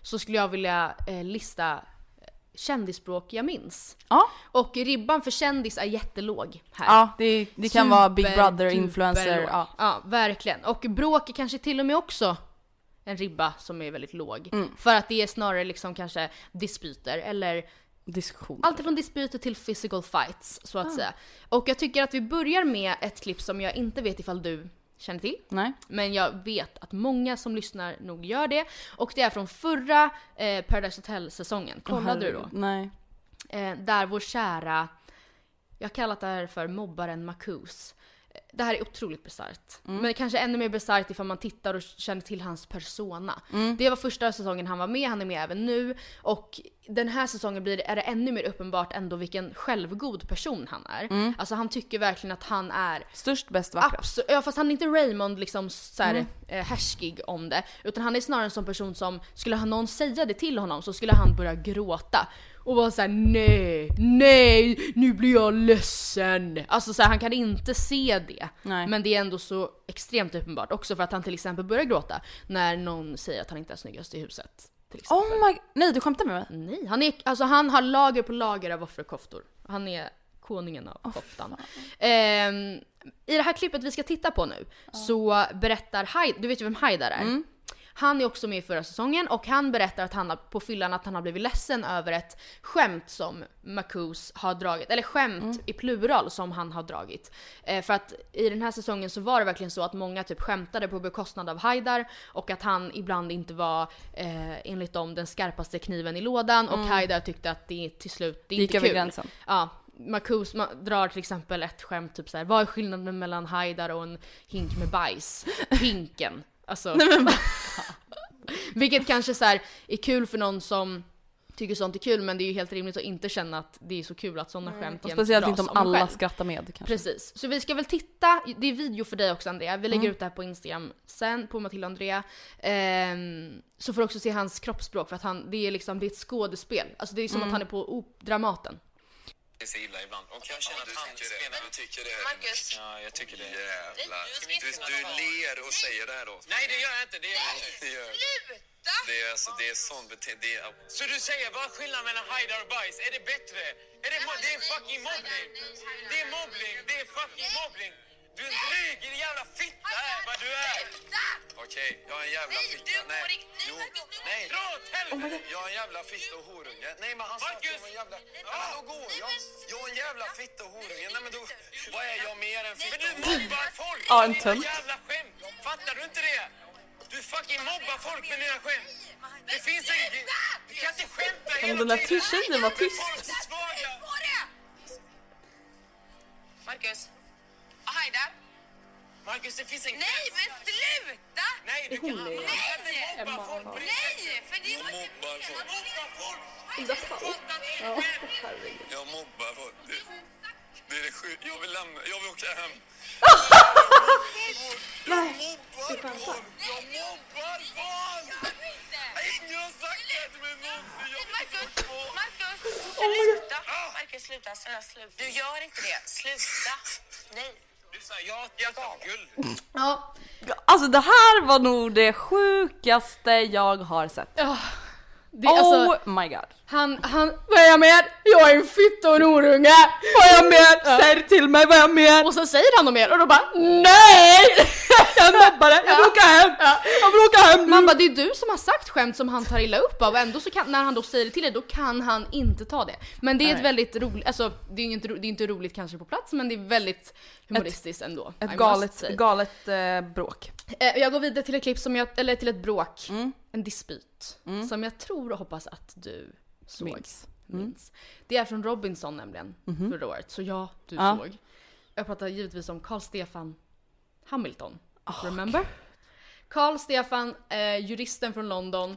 S1: Så skulle jag vilja eh, lista eh, kändisbråk jag minns.
S2: Ja.
S1: Och ribban för kändis är jättelåg här.
S2: Ja, det, det kan vara Big
S1: Super,
S2: Brother, influencer.
S1: superlåg.
S2: Ja.
S1: ja, verkligen. Och bråk är kanske till och med också en ribba som är väldigt låg.
S2: Mm.
S1: För att det är snarare liksom kanske dispyter eller
S2: Diskussion.
S1: allt från dispyter till physical fights så att
S2: Ah.
S1: säga. Och jag tycker att vi börjar med ett klipp som jag inte vet ifall du känner till.
S2: Nej.
S1: Men jag vet att många som lyssnar nog gör det. Och det är från förra eh, Paradise Hotel-säsongen. Kollade du då?
S2: Herregud, Nej.
S1: Eh, där vår kära, jag har kallat det här för mobbaren Marcus. Eh, Det här är otroligt bisarrt. Men kanske ännu mer bisarrt ifall man tittar och känner till hans persona. Det var första säsongen han var med, han är med även nu. Och den här säsongen blir, är det ännu mer uppenbart ändå vilken självgod person han är.
S2: Mm.
S1: Alltså han tycker verkligen att han är
S2: Störst, bäst, vackrast.
S1: Absu- ja fast han är inte Raymond liksom såhär
S2: Mm.
S1: eh, härskig om det. Utan han är snarare en sån person som, skulle han någon säga det till honom så skulle han börja gråta. och var såhär nej, nej, nu blir jag ledsen. Alltså så här, han kan inte se det. Men det är ändå så extremt uppenbart. Också för att han till exempel börjar gråta när någon säger att han inte är snyggast i huset. Till exempel.
S2: Oh my... Nej du skämtar med mig?
S1: Nej, han, är, alltså han har lager på lager av offerkoftor. Han är koningen av koftan. Ehm, I det här klippet vi ska titta på nu så berättar Haidar, du vet ju vem Haidar är? Han är också med i förra säsongen och han berättar att han har, på fyllan att han har blivit ledsen över ett skämt som Marcus har dragit, eller skämt i plural som han har dragit. Eh, för att i den här säsongen så var det verkligen så att många typ skämtade på bekostnad av Haidar och att han ibland inte var eh, enligt dem den skarpaste kniven i lådan och
S2: Mm.
S1: Haidar tyckte att det till slut, det är
S2: Gick
S1: inte
S2: över
S1: kul.
S2: gränsen.
S1: Ja. Marcus ma- drar till exempel ett skämt typ såhär, vad är skillnaden mellan Haidar och en hink med bajs? Hinken. Alltså.
S2: Nej, men
S1: Vilket kanske så här är kul för någon som tycker sånt är kul men det är ju helt rimligt att inte känna att det är så kul att sådana
S2: Mm.
S1: skämt
S2: Och
S1: jämt
S2: speciellt
S1: dras
S2: inte om
S1: en
S2: alla
S1: själv.
S2: skrattar med kanske.
S1: Precis. Så vi ska väl titta, det är video för dig också Andrea, vi lägger
S2: Mm.
S1: ut det här på Instagram sen på Matilda och Andrea. Ehm, så får du också se hans kroppsspråk för att han, det är liksom, det är ett skådespel. Alltså det är som
S9: Mm.
S1: att han är på op- Dramaten.
S9: Det ser illa ibland. Och jag känner att han spelar... Du tycker det?
S8: Marcus.
S9: Ja, jag tycker det. Jävlar. Du, du ler och säger det här då? Nej, det gör jag inte. Det gör jag inte. Det gör jag inte. Det är, alltså, det är sån beteende. Så du säger vad är skillnaden mellan hajdar och bajs? Är det bättre? Är det, mo- det är fucking mobbning! Det är mobbning! Det är fucking mobbning! Du är en dryg din jävla fitta är vad du är! Okej, jag är en jävla fitta. Nej, jo, nej. Dra
S2: Oh
S9: åt helvete! Jag är en jävla fitta och horunge. Nej, men han sa att jag var en jävla... Ja, men då går jag. Jag är en jävla fitta och horunge. Nej, men då... Vad är jag mer än fitta och horunge? Men du mobbar folk!
S2: Ja, en
S9: Det är
S2: tönt.
S9: ett jävla skämt! Fattar du inte det? Du fucking mobbar folk med dina skämt! Det finns en... Du kan inte skämta
S2: Ja, men
S9: hela
S2: den där
S9: tiden!
S2: tjejen var tyst.
S9: Folk är svaga!
S8: Marcus. Hej där.
S9: Marcus, det finns en
S8: Nej, men sluta!
S9: Nej, du kan aldrig-
S8: Nej!
S9: Mobbar folk på det
S8: Nej, för det var inte
S9: Mobbar folk! Jag mobbar folk. Det, det är det sjuka. Jag vill lämna. Jag vill åka hem. Nej, du skämtar. Jag mobbar barn! Ingen har sagt det till mig någonsin. Jag vill inte vara kvar.
S8: Marcus, sluta! Marcus, sluta. Snälla, sluta. Du gör inte det. Sluta. Nej.
S9: Lyssna, jag har ett hjärta av guld.
S1: Ja.
S2: Alltså det här var nog det sjukaste jag har sett.
S1: Ja. Det,
S2: oh
S1: alltså,
S2: my god.
S1: han, han, vad är jag med? Jag är en fitta och en orunge!
S2: Vad är jag med? Säg det
S1: till mig vad är jag med? Och sen säger han om er och då bara NEJ! Jag mobbar det, jag vill åka hem! Jag vill åka hem! Man bara det är du som har sagt skämt som han tar illa upp av och ändå så kan, när han då säger det till dig då kan han inte ta det. Men det är ett
S2: Nej.
S1: väldigt roligt, alltså det är, inte, ro- det är inte roligt kanske på plats men det är väldigt humoristiskt ändå. I
S2: Ett
S1: must
S2: galet,
S1: say.
S2: galet eh, bråk. Mm.
S1: Eh, Jag går vidare till ett klipp som jag, eller till ett bråk, en dispyt, som jag tror och hoppas att du såg. Minns. Det är från Robinson nämligen,
S2: Mm. Mhm.
S1: förra året. Så ja, du
S2: Ja.
S1: såg. Jag pratar givetvis om Carl Stefan Hamilton. Remember? Carl Stefan, eh, juristen från London.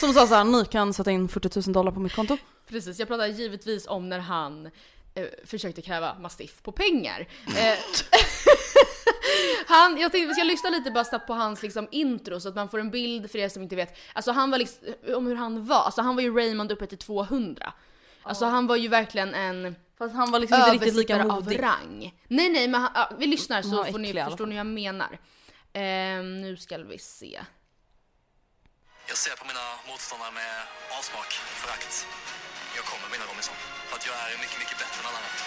S2: Som sa såhär, ni kan sätta in 40 000 dollar på mitt konto.
S1: Precis, jag pratar givetvis om när han eh, försökte kräva mastiff på pengar. Eh, han, jag tänkte vi ska lyssna lite bara snabbt på hans liksom, intro så att man får en bild för er som inte vet. Alltså han var liksom, om hur han var, alltså han var ju Raymond uppe till 200. Alltså han var ju verkligen en
S2: Fast han var liksom inte riktigt lika
S1: översittare
S2: modig.
S1: av rang. Nej nej men han, ja, vi lyssnar
S2: Han
S1: så
S2: var
S1: får ni,
S2: äcklig i alla
S1: förstår ni hur jag menar. Eh, nu ska vi se.
S10: Jag ser på mina motståndare med avsmak, förakt. Jag kommer vinna Robinson. För att jag är mycket, mycket bättre än alla andra.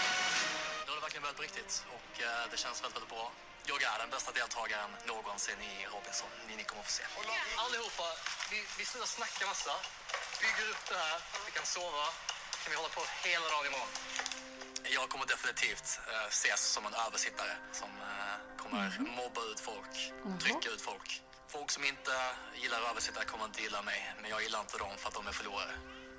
S10: Nu har det verkligen börjat på riktigt och eh, det känns väldigt, väldigt bra. Jag är den bästa deltagaren någonsin i Robinson. Ni, ni kommer få se. Allihopa, vi, vi slutar snacka massa. Bygger upp det här. Vi kan sova. Kan vi hålla på hela dagen imorgon. Jag kommer definitivt eh, ses som en översittare som eh,
S11: Mm.
S10: kommer
S9: Mhm.
S10: mobba ut folk,
S9: Jaha.
S10: trycka ut folk. Folk som inte gillar översittare kommer inte gilla mig, men jag gillar inte dem för att de är förlorare.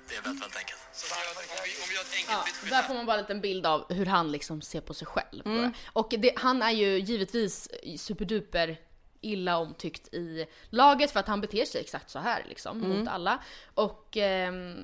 S10: Det är väldigt, väldigt enkelt. Så om, vi, om vi gör ett
S1: Ja, där får man bara en liten bild av hur han liksom ser på sig själv.
S10: Mm.
S1: Och det, han är ju givetvis superduper illa omtyckt i laget för att han beter sig exakt så här liksom
S2: Mm.
S1: mot alla. Och ehm,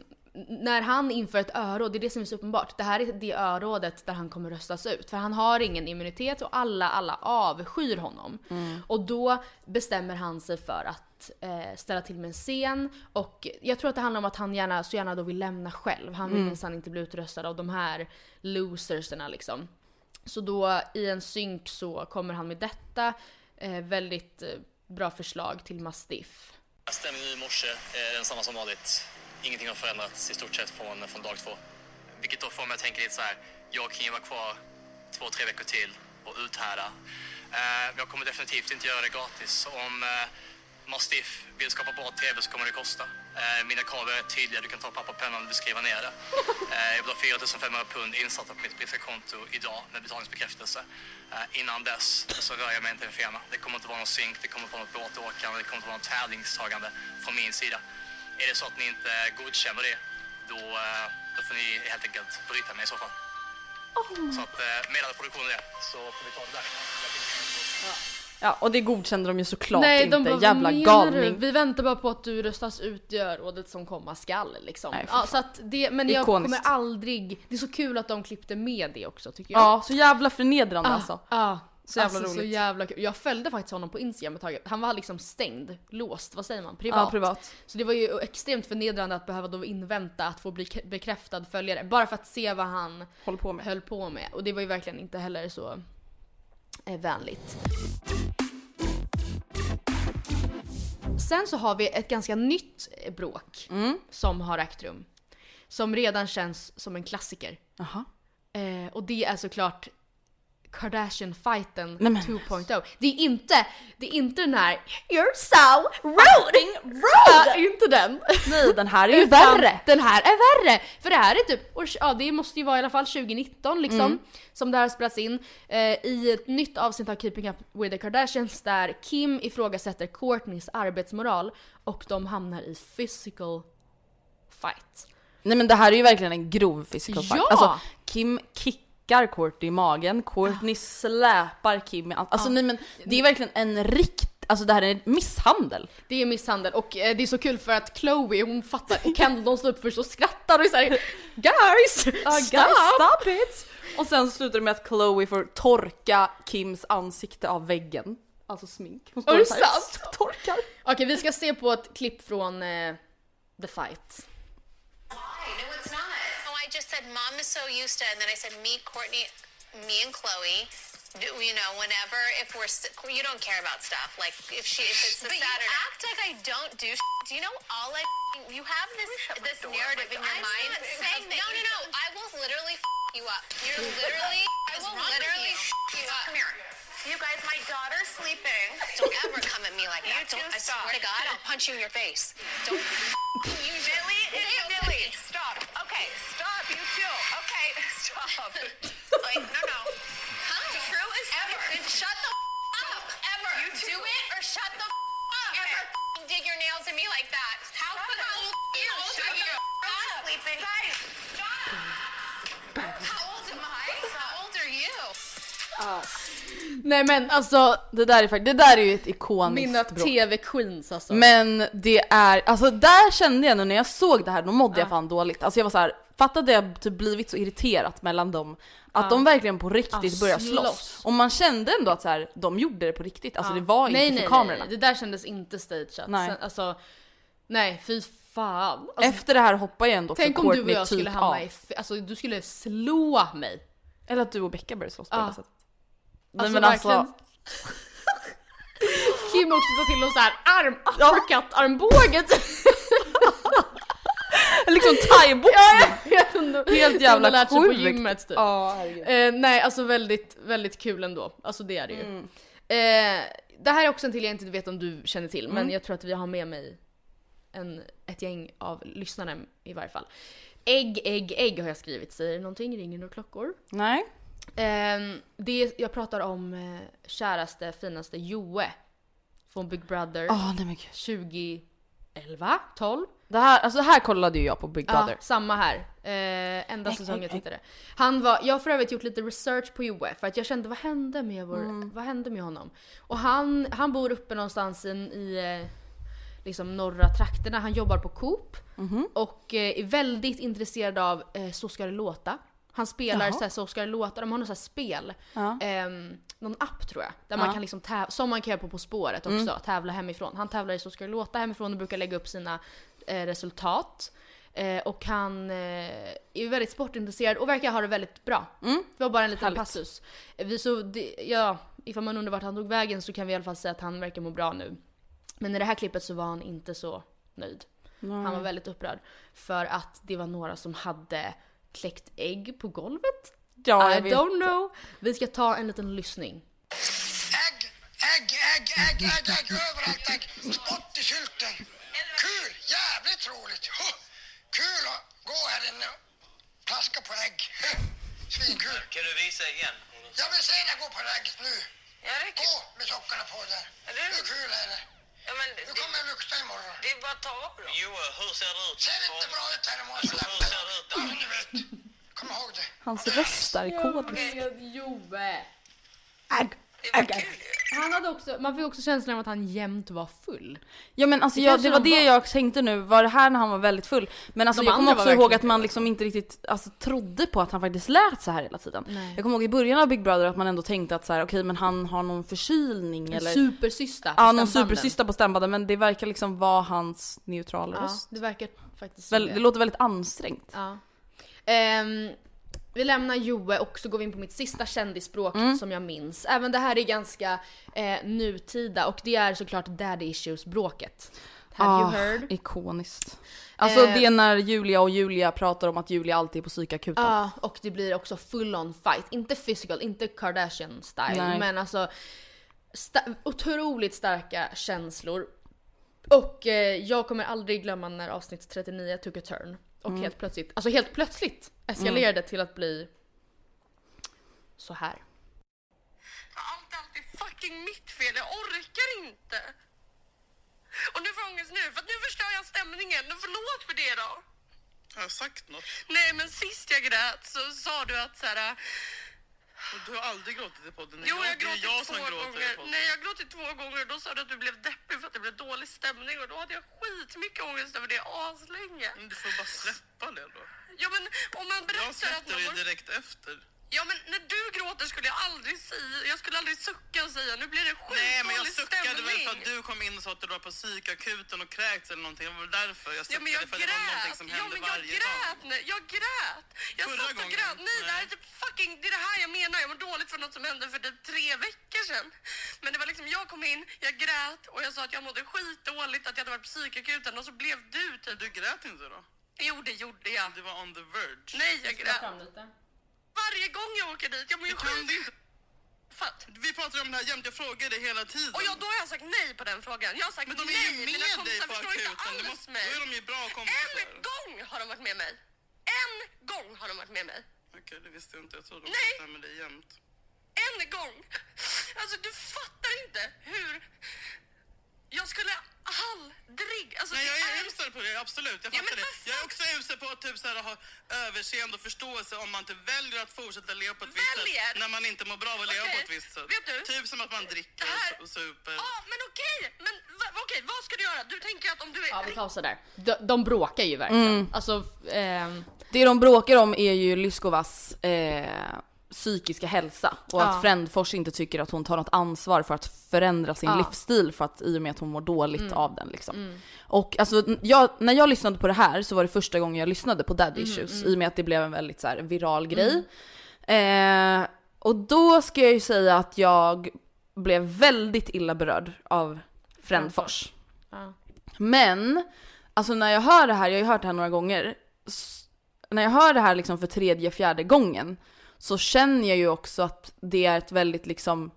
S1: när han inför ett öråd, det är det som är så uppenbart. Det här är det örådet där han kommer röstas ut. För han har ingen immunitet och alla, alla avskyr honom.
S2: Mm.
S1: Och då bestämmer han sig för att eh, ställa till med en scen. Och jag tror att det handlar om att han gärna, så gärna då vill lämna själv. Han vill
S2: Mm.
S1: minsann inte bli utröstad av de här loserserna liksom. Så då i en synk så kommer han med detta. Eh, väldigt eh, bra förslag till Mastiff.
S10: Stämningen i morse är densamma som vanligt. Ingenting har förändrats i stort sett från, från dag två. Vilket då får mig att tänka lite så här. Jag kan ju vara kvar två, tre veckor till och uthärda. Eh, jag kommer definitivt inte göra det gratis. Om eh, Mastiff vill skapa bra TV så kommer det kosta. Eh, mina krav är tydliga. Du kan ta papper och penna om du vill skriva ner det. Eh, jag vill ha 4 500 pund insatta på mitt brittiska konto idag med betalningsbekräftelse. Eh, innan dess så rör jag mig inte en fena. Det kommer inte vara någon synk, det kommer inte vara något båtåkande, det kommer inte vara något tävlingstagande från min sida. Är det så att ni inte godkänner det, då, eh, då får ni helt enkelt bryta mig i så fall. Så att eh, meddela produktionen det, så får vi ta det där.
S2: Ja, och det godkände de ju såklart
S1: Nej,
S2: inte.
S1: de bara, "Vad
S2: Jävla
S1: menar
S2: galning.
S1: Du? Vi väntar bara på att du röstas ut i rådet som komma skall liksom.
S2: Nej, för
S1: ja,
S2: fan.
S1: så att det, men jag
S2: Ikoniskt.
S1: kommer aldrig... Det är så kul att de klippte med det också tycker jag.
S2: Ja, så jävla förnedrande
S1: Ah,
S2: alltså.
S1: ah.
S2: Så jävla
S1: alltså, Så
S2: roligt.
S1: jävla kul. Jag följde faktiskt honom på Instagram ett tag. Han var liksom stängd, låst, vad säger man? Privat.
S2: Ja, privat.
S1: Så det var ju extremt förnedrande att behöva då invänta att få bli k- bekräftad följare. Bara för att se vad han
S2: Håller på med.
S1: höll på med. Och det var ju verkligen inte heller så eh, vänligt. Sen så har vi ett ganska nytt eh, bråk
S2: Mm.
S1: som har ägt rum. Som redan känns som en klassiker. Eh, och det är såklart Kardashian-fighten
S2: Nej, men-
S1: 2.0. Det är inte, det är inte den här “You're so rooting rude!” Ja, Inte den.
S2: Nej, den här är ju
S1: Utan
S2: värre.
S1: Den här är värre! För det här är typ, år- ja det måste ju vara i alla fall 2019 liksom,
S2: Mm.
S1: som det här spelas in. Eh, I ett nytt avsnitt av Keeping Up With The Kardashians där Kim ifrågasätter Kourtneys arbetsmoral och de hamnar i physical fight.
S2: Nej men det här är ju verkligen en grov physical fight.
S1: Ja!
S2: Alltså Kim kickar Courtney i magen, Courtney släpar Kim i an- Alltså
S1: Ja.
S2: nej men det är verkligen en rikt... Alltså det här är en misshandel.
S1: Det är misshandel och eh, det är så kul för att Chloe hon fattar och Kendall de står upp först och skrattar och är såhär “Guys!
S2: guys, stop it!” Och sen slutar det med att Chloe får torka Kims ansikte av väggen. Alltså smink. Hon står
S1: Är det
S2: så här,
S1: sant?
S2: Torkar.
S1: Okej vi ska se på ett klipp från eh, The Fight.
S8: No, it's not. No, I just said mom is so used to, and then I said me, Courtney, me and Chloe. do- You know, whenever if we're s- you don't care about stuff like if she if it's a
S6: But you
S8: Saturday. act like I don't do. Do you know all I? You have this this narrative in your mind.
S6: not saying that
S8: no,
S6: you
S8: no, no. I will literally you up. You're literally. I
S6: What's
S8: will
S6: wrong with
S8: literally
S6: you?
S8: you up.
S6: Come here.
S8: You guys, my daughter's sleeping. Don't ever come at me like that.
S6: two
S8: don't, I
S6: stop.
S8: swear to God, I'll punch you in your face. Don't. you Billy and Billy, stop. Okay, stop. You too. Okay, stop. like, no, no. Huh? True as ever. And shut the up. Ever. You do it or shut the up. Ever dig your nails in me like that. How fucking old are you? Shut the up. Sleeping. Guys, stop. How old am I? How old are you?
S1: Nej men alltså
S2: Det där är, fakt- det där är ju ett ikoniskt
S1: mina
S2: bråk.
S1: TV-queens alltså.
S2: Men det är, alltså där kände jag nu när jag såg det här, då mådde jag fan dåligt. Alltså jag var så här, fatta att det har typ blivit så irriterat mellan dem. Att
S1: Ja.
S2: de verkligen på riktigt
S1: Ja,
S2: börjar
S1: slåss.
S2: slåss. Och man kände ändå att så här, de gjorde det på riktigt. Alltså
S1: Ja.
S2: det var inte
S1: nej,
S2: för
S1: nej,
S2: kamerorna.
S1: Nej, det där kändes inte stageat.
S2: Nej.
S1: Sen, alltså, nej fy fan. Alltså,
S2: Efter det här hoppar jag ändå för
S1: tänk om du och
S2: Courtney
S1: jag skulle
S2: typ
S1: hamna
S2: av.
S1: i... f- Alltså du skulle slå mig.
S2: Eller att du och Becka börjar slåss på
S1: Ja.
S2: det sättet. Nej,
S1: Alltså,
S2: men alltså-
S1: verkligen. Kim också tar till någon såhär arm, uppercut, armbåge
S2: Liksom thaiboxning! Helt jävla
S1: lärt sig på
S2: sjukt.
S1: gymmet typ.
S2: Ja, herregud.
S1: eh, nej alltså väldigt, väldigt kul ändå. Alltså det är det ju.
S2: Mm.
S1: Eh, det här är också en till jag inte vet om du känner till men
S2: Mm.
S1: jag tror att vi har med mig en, ett gäng av lyssnare i varje fall. Ägg, ägg, ägg har jag skrivit. Säger det någonting? Ringer några klockor?
S2: Nej.
S1: Ehm, det, jag pratar om eh, käraste, finaste Joe. Från Big Brother.
S2: Åh, nej men gud.
S1: 2011, 12.
S2: Det här, alltså det här kollade ju jag på Big
S1: Ja,
S2: Brother.
S1: samma här. Eh, enda
S2: Ägg,
S1: säsongen
S2: ägg,
S1: jag
S2: ägg.
S1: tittade. Han var, jag har för övrigt gjort lite research på Joe för att jag kände vad hände med, vår,
S2: Mm.
S1: vad hände med honom? Och han, han bor uppe någonstans i, en- i eh, liksom norra trakterna. Han jobbar på Coop
S2: Mhm.
S1: och eh, är väldigt intresserad av eh, Så ska det låta. Han spelar
S2: Jaha.
S1: så, här, så ska det låta, de har något så här spel.
S2: Ja.
S1: Ehm, någon app tror jag. Där
S2: Ja.
S1: man kan liksom täv- som man kan göra på På spåret också,
S2: Mm.
S1: tävla hemifrån. Han tävlar i Så ska det låta hemifrån och brukar lägga upp sina eh, resultat. Eh, och han eh, är väldigt sportintresserad och verkar ha det väldigt bra. Det var bara en liten
S2: Mm. Härligt.
S1: passus. Eh, Vi, så det, ja, ifall man undrar vart han tog vägen så kan vi i alla fall säga att han verkar må bra nu. Men i det här klippet så var han inte så nöjd.
S2: Nej.
S1: Han var väldigt upprörd. För att det var några som hade kläckt ägg på golvet.
S2: Ja,
S1: I
S2: jag vet.
S1: don't know. Vi ska ta en liten lyssning.
S9: Ägg, ägg, ägg, ägg, ägg, överallt ägg. Spott i sylten. Kul, jävligt roligt. Huh. Kul att gå här inne och plaska på ägg. Huh. Svinkul.
S10: Kan du visa igen?
S9: Jag vill se dig gå på ägget nu. Gå med sockorna på där. Hur kul är det? Du kommer att lukta imorgon. Det är bara att ta av dem.
S10: Joel, hur ser det ut?
S9: Ser inte bra ut här imorgon så lämnar jag dem. Ja, men du vet. Kom ihåg det.
S2: Hans röst är kodisk.
S1: Joe! Han hade också, man fick också känslan av att han jämt var full.
S2: Ja men alltså
S1: Det
S2: jag,
S1: kanske
S2: det var
S1: de
S2: det
S1: var.
S2: jag tänkte nu, var det här när han var väldigt full? Men alltså
S1: De
S2: jag kommer
S1: andra
S2: också
S1: var
S2: ihåg
S1: verkligen
S2: att man liksom inte riktigt alltså, trodde på att han faktiskt lät så här hela tiden.
S1: Nej.
S2: Jag kommer ihåg i början av Big Brother att man ändå tänkte att så här, okej men han har någon förkylning
S1: En
S2: eller...
S1: supercysta på
S2: Ja någon
S1: stämbanden.
S2: supercysta på stämbanden men det verkar liksom vara hans neutrala
S1: Ja,
S2: röst.
S1: det verkar faktiskt som
S2: Väl, det låter väldigt ansträngt.
S1: Ja. Ehm, vi lämnar Joe och så går vi in på mitt sista kändisspråk
S2: Mm.
S1: som jag minns. Även det här är ganska eh, nutida och det är såklart daddy issues-bråket. Have
S2: Ah,
S1: you heard?
S2: Ikoniskt. Alltså
S1: Eh,
S2: det är när Julia och Julia pratar om att Julia alltid är på psykakuten.
S1: Ja, och det blir också full on fight. Inte physical, inte Kardashian style,
S2: Nej.
S1: men alltså sta- otroligt starka känslor. Och eh, jag kommer aldrig glömma när avsnitt 39 tog a turn. Och
S2: Mm.
S1: helt plötsligt, alltså helt plötsligt eskalerade det till att bli så här.
S8: Allt är alltid fucking mitt fel. Jag orkar inte. Och nu får jag ångest nu, för att nu förstör jag stämningen. Men Förlåt för det då.
S9: Har jag sagt något?
S8: Nej, men sist jag grät så sa du att så här...
S9: Du har aldrig gråtit i podden.
S8: Jo, jag gråter två gånger. Nej, jag gråter två gånger och då sa du att du blev deppig för att det blev dålig stämning och då hade jag skitmycket ångest över det aslänge.
S9: Du får bara släppa det då.
S8: Ja, men om man berättar att man mår
S9: direkt efter.
S8: Ja men när du gråter skulle jag aldrig säga, jag skulle aldrig sucka och säga nu blir det skitdålig
S9: Nej, men jag suckade väl
S8: stämning.
S9: för att du kom in och sa att du var på psykakuten och kräkts eller någonting. Det var därför jag
S8: Ja
S9: suckade
S8: men jag
S9: för att det var någonting
S8: grät!
S9: som
S8: Ja
S9: hände
S8: men jag
S9: varje dag.
S8: grät! nu. Jag grät! Jag
S9: Förra
S8: satt och
S9: gången?
S8: grät. Nej, det här är
S9: Nej.
S8: typ fucking, det är det här jag menar. Jag mår dåligt för något som hände för typ tre veckor sedan. Men det var liksom, jag kom in, jag grät och jag sa att jag mådde skitdåligt, att jag hade varit på psykakuten och så blev du typ...
S9: Du grät inte då?
S8: Jo det gjorde jag.
S9: Du var on the verge.
S8: Nej jag grät. Varje gång jag åker dit, jag mår ju skit... Fatt.
S9: Vi pratar ju om det här jämt, jag frågar dig hela tiden.
S8: Och jag, då har jag sagt nej på den frågan. Jag har sagt
S9: men de är ju
S8: nej.
S9: med
S8: Mina
S9: dig
S8: kompisar
S9: på
S8: förstår inte
S9: akuten. Du
S8: alls
S9: måste,
S8: mig.
S9: då är de ju bra kompisar.
S8: En gång har de varit med mig. En gång har de varit med mig.
S9: Okej, det visste jag inte. Jag trodde de
S8: Nej.
S9: pratade med dig jämt.
S8: En gång! Alltså du fattar inte hur... Jag skulle aldrig... Alltså,
S9: Nej,
S8: det
S9: jag är
S8: är-
S9: usel på det, absolut. Jag
S8: Ja,
S9: fattar
S8: men
S9: det. Jag är också usel på att typ, så här, ha överseende och förståelse om man inte väljer att fortsätta leva på ett visst
S8: Väljer?
S9: sätt när man inte mår bra av att leva
S8: Okej,
S9: på ett visst sätt.
S8: vet du?
S9: Typ som att man dricker
S8: Det här-
S9: och super.
S8: Ja, men okej! Men va, okej, vad ska du göra? Du tänker att om du är...
S1: Ja vi pausar där. De, de bråkar ju verkligen.
S2: Mm.
S1: Alltså, f- ehm,
S2: Det de bråkar om är ju Lyskovas eh, psykiska hälsa och
S1: Ja.
S2: att Frändfors inte tycker att hon tar något ansvar för att förändra sin
S1: Ja.
S2: livsstil för att, i och med att hon mår dåligt
S1: Mm.
S2: av den. Liksom.
S1: Mm.
S2: Och alltså, n- jag, när jag lyssnade på det här så var det första gången jag lyssnade på Daddy
S1: Mm,
S2: Issues
S1: mm.
S2: i och med att det blev en väldigt så här, viral grej. Eh, och då ska jag ju säga att jag blev väldigt illa berörd av Frändfors.
S1: ja.
S2: Men, alltså när jag hör det här, jag har ju hört det här några gånger, s- när jag hör det här liksom för tredje, fjärde gången så känner jag ju också att det är ett väldigt liksom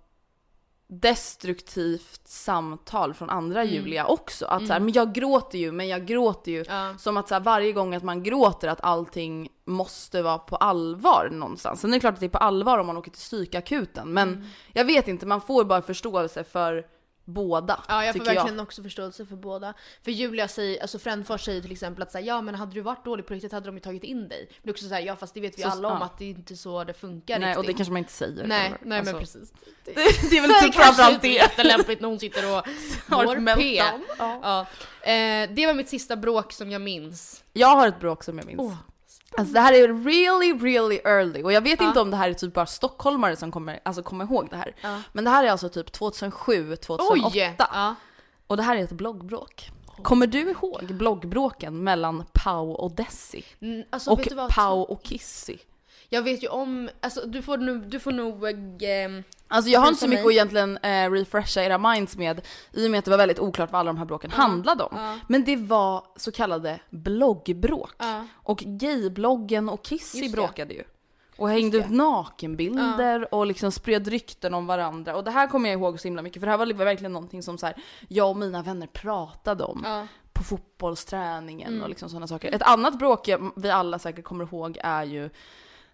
S2: destruktivt samtal från andra
S1: Mm.
S2: Julia också. Att så här,
S1: Mm.
S2: men jag gråter ju, men jag gråter ju. Som att så här, varje gång att man gråter att allting måste vara på allvar någonstans. Sen är det
S1: Mm.
S2: klart att det är på allvar om man åker till psykakuten, men jag vet inte, man får bara förståelse för båda.
S1: Ja, jag får
S2: tycker
S1: verkligen också förståelse för båda. För Julia säger, alltså Frändfors säger till exempel att så här, ja men hade du varit dålig på riktigt hade de ju tagit in dig. Men det är också så här, ja fast det vet vi
S2: Så-
S1: alla om
S2: ja.
S1: att det är inte så det funkar
S2: Nej,
S1: riktigt.
S2: och det kanske man inte säger
S1: Nej,
S2: heller.
S1: nej
S2: Alltså,
S1: men precis.
S2: det- det är väl typ
S1: kanske
S2: framförallt
S1: inte
S2: det.
S1: jättelämpligt när hon sitter och
S2: Har ett
S1: mår P.
S2: meltdown.
S1: Ja. Eh, det var mitt sista bråk som jag minns.
S2: Jag har ett bråk som jag minns.
S1: Åh.
S2: Alltså det här är really, really early. Och jag vet inte om det här är typ bara stockholmare som kommer, alltså kommer ihåg det här.
S1: Ja.
S2: Men det här är alltså typ 2007, 2008.
S1: Oj!
S2: Och det här är ett bloggbråk. Kommer du ihåg bloggbråken mellan Pau och Desi?
S1: Mm, alltså,
S2: och
S1: vet du vad?
S2: Pau och Kissy?
S1: Jag vet ju om, alltså du får nog, du får nog... ehm,
S2: Alltså jag har inte
S1: visa
S2: så mycket
S1: mig.
S2: att egentligen eh, refresha era minds med i och med att det var väldigt oklart vad alla de här bråken handlade om.
S1: ja.
S2: Men det var så kallade bloggbråk.
S1: Ja.
S2: Och gaybloggen och Kissy
S1: Just det.
S2: bråkade ju. Och hängde ut nakenbilder och liksom spred rykten om varandra. Och det här kommer jag ihåg så himla mycket för det här var li- verkligen någonting som så här, jag och mina vänner pratade om.
S1: Ja.
S2: På fotbollsträningen
S1: Mm.
S2: och liksom sådana saker. Ett annat bråk jag- vi alla säkert kommer ihåg är ju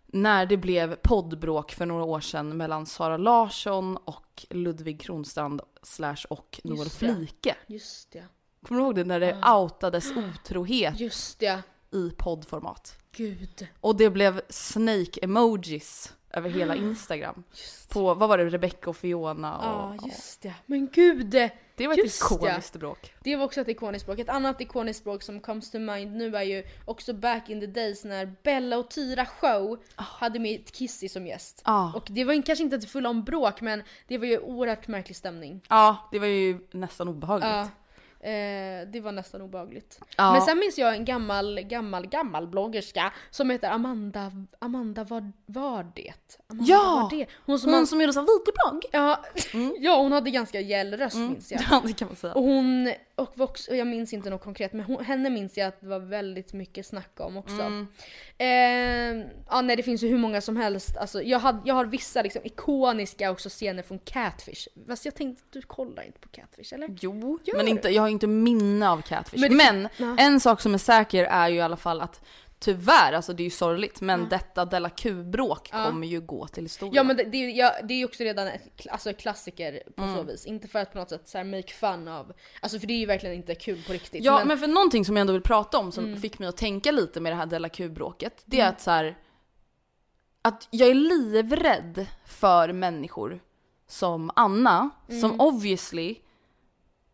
S2: när det blev poddbråk för några år sedan mellan Sara Larsson och Ludvig Kronstrand slash och Noel
S1: Just det.
S2: Flike.
S1: Just det.
S2: Kommer du ihåg det? När det outades otrohet
S1: Just det.
S2: i poddformat.
S1: Gud.
S2: Och det blev snake-emojis över
S1: Ah,
S2: hela Instagram. På, vad var det, Rebecca och Fiona och...
S1: Ja, just det. Men gud!
S2: Det var ett ikoniskt bråk.
S1: Det var också ett ikoniskt språk. Ett annat ikoniskt språk som comes to mind nu är ju också back in the days när Bella och Tyra show
S2: Ah.
S1: hade med Kissy som gäst.
S2: Ja.
S1: Och det var ju kanske inte till full om bråk men det var ju oerhört märklig stämning.
S2: Ja, det var ju nästan obehagligt.
S1: Ja. Eh, det var nästan obehagligt.
S2: Ja.
S1: Men sen minns jag en gammal, gammal, gammal bloggerska som heter Amanda, Amanda var, var det? Amanda
S2: Ja!
S1: Var det?
S2: Hon som gjorde sån vit blogg. Mm.
S1: Ja, ja, hon hade ganska gäll röst minns jag.
S2: Ja, det kan man säga.
S1: Och hon, och var också, jag minns inte något konkret men hon, henne minns jag att det var väldigt mycket snack om också.
S2: Mm.
S1: Eh, ja nej det finns ju hur många som helst. Alltså, jag, hade, jag har vissa liksom, ikoniska också scener från Catfish. Fast jag tänkte du kollar inte på Catfish eller?
S2: Jo,
S1: Gör
S2: men
S1: du?
S2: inte, jag har ju inte minne av Catfish.
S1: Men det-
S2: Men,
S1: Ja.
S2: en sak som är säker är ju i alla fall att tyvärr, alltså det är ju sorgligt, men
S1: Ja.
S2: detta Della Q-bråk
S1: Ja.
S2: kommer ju gå till historien.
S1: Ja men det, det, är ju- ja, det är ju också redan ett, kla- alltså, ett klassiker på så
S2: Mm.
S1: vis. Inte för att på något sätt så här, make fun av, alltså för det är ju verkligen inte kul på riktigt.
S2: Ja
S1: men-
S2: men för någonting som jag ändå vill prata om som
S1: Mm.
S2: fick mig att tänka lite med det här Della Q-bråket, det är att så här, att jag är livrädd för människor som Anna, som
S1: Mm.
S2: obviously,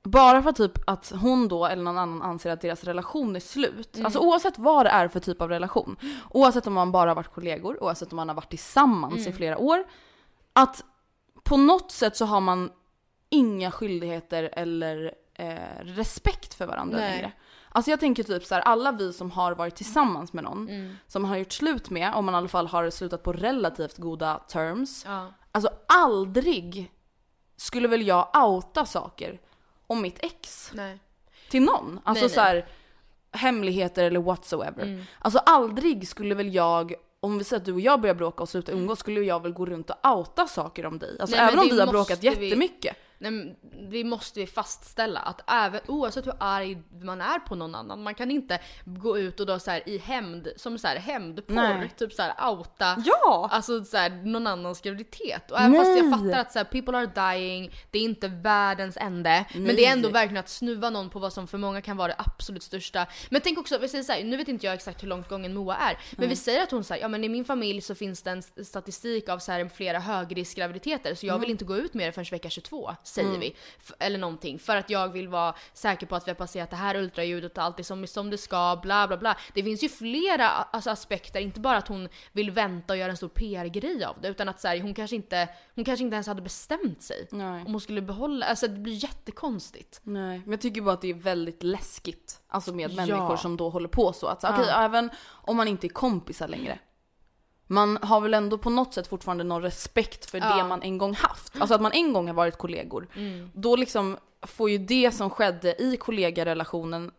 S2: bara för typ att hon då eller någon annan anser att deras relation är slut,
S1: Mm.
S2: alltså oavsett vad det är för typ av relation, oavsett om man bara har varit kollegor, oavsett om man har varit tillsammans i
S1: Mm.
S2: flera år, att på något sätt så har man inga skyldigheter eller eh, respekt för varandra
S1: Nej.
S2: längre. Alltså jag tänker typ så här, alla vi som har varit tillsammans med någon,
S1: Mm.
S2: som man har gjort slut med, om man i alla fall har slutat på relativt goda terms.
S1: Ja.
S2: Alltså aldrig skulle väl jag outa saker om mitt ex
S1: Nej.
S2: till någon. Alltså
S1: Nej,
S2: så här, hemligheter eller whatsoever.
S1: Mm.
S2: Alltså aldrig skulle väl jag, om vi säger att du och jag börjar bråka och slutar umgås, skulle jag väl gå runt och outa saker om dig. Alltså
S1: Mm. Nej, men
S2: även om
S1: det
S2: vi har
S1: måste
S2: bråkat
S1: vi-
S2: jättemycket.
S1: Nej, men det måste vi fastställa att även, oavsett hur arg man är på någon annan, man kan inte gå ut och då så här i hämnd, som så här hämndporr,
S2: Nej.
S1: typ så här outa
S2: Ja!
S1: alltså så här, någon annans graviditet. Och även fast jag
S2: Nej.
S1: fattar att så här, people are dying, det är inte världens ände, men det är
S2: Nej.
S1: ändå verkligen att snuva någon på vad som för många kan vara det absolut största. Men tänk också, vi säger så här, nu vet inte jag exakt hur långt gången Moa är, men
S2: Nej.
S1: vi säger att hon säger ja men i min familj så finns det en st- statistik av så här, flera högriskgraviditeter så jag vill
S2: Mm.
S1: inte gå ut med det förrän vecka 22, säger
S2: Mm.
S1: vi. F- eller någonting, för att jag vill vara säker på att vi har passerat det här ultraljudet och allt är som, som det ska, bla bla bla. Det finns ju flera alltså, aspekter, inte bara att hon vill vänta och göra en stor PR-grej av det, utan att så här, hon, kanske inte, hon kanske inte ens hade bestämt sig.
S2: Nej.
S1: Om hon skulle behålla, alltså det blir jättekonstigt.
S2: Nej, men jag tycker bara att det är väldigt läskigt. Alltså med
S1: Ja.
S2: människor som då håller på så. Att, så,
S1: Ja.
S2: okej, även om man inte är kompisar längre. Man har väl ändå på något sätt fortfarande någon respekt för
S1: Ja.
S2: det man en gång haft. Alltså att man en gång har varit kollegor.
S1: Mm.
S2: Då liksom får ju det som skedde i kollegarelationen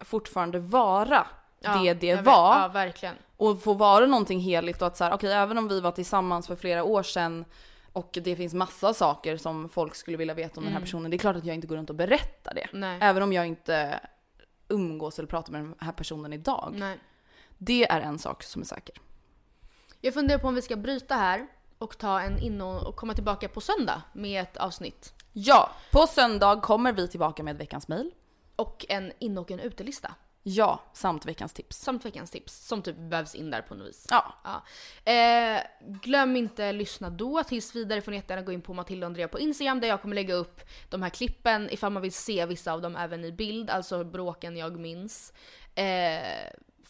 S2: fortfarande vara det det
S1: jag vet.
S2: var.
S1: Ja, verkligen.
S2: Och få vara någonting heligt och att så här, okej även om vi var tillsammans för flera år sedan och det finns massa saker som folk skulle vilja veta om den
S1: Mm.
S2: här personen. Det är klart att jag inte går runt och berättar det.
S1: Nej.
S2: Även om jag inte umgås eller pratar med den här personen idag.
S1: Nej.
S2: Det är en sak som är säker.
S1: Jag funderar på om vi ska bryta här och ta en inno och komma tillbaka på söndag med ett avsnitt.
S2: Ja, på söndag kommer vi tillbaka med veckans mail.
S1: Och en in och en utelista.
S2: Ja, samt veckans tips.
S1: Samt veckans tips som typ vävs in där på något vis.
S2: Ja.
S1: Eh, glöm inte lyssna då. Tills vidare får ni jättegärna gå in på Matilda och Andrea på Instagram där jag kommer lägga upp de här klippen ifall man vill se vissa av dem även i bild, alltså bråken jag minns. Eh,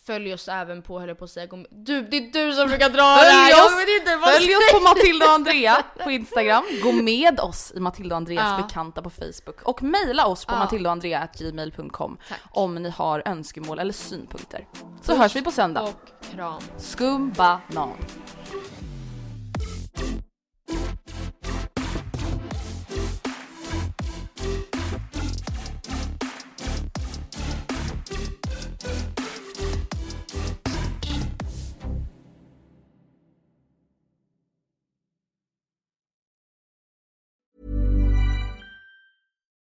S1: Följ oss även på, höll jag på att säga, gå- du, det är du som brukar dra det här,
S2: Följ
S1: jag
S2: oss,
S1: vet inte vad jag
S2: följ oss
S1: säger.
S2: på Matilda och Andrea på Instagram. Gå med oss i Matilda och Andreas
S1: Ja.
S2: bekanta på Facebook. Och mejla oss på
S1: Ja.
S2: matildaoandrea.gmail.com om ni har önskemål eller synpunkter. Så hörs vi på söndag.
S1: Och kram.
S2: Skum banan.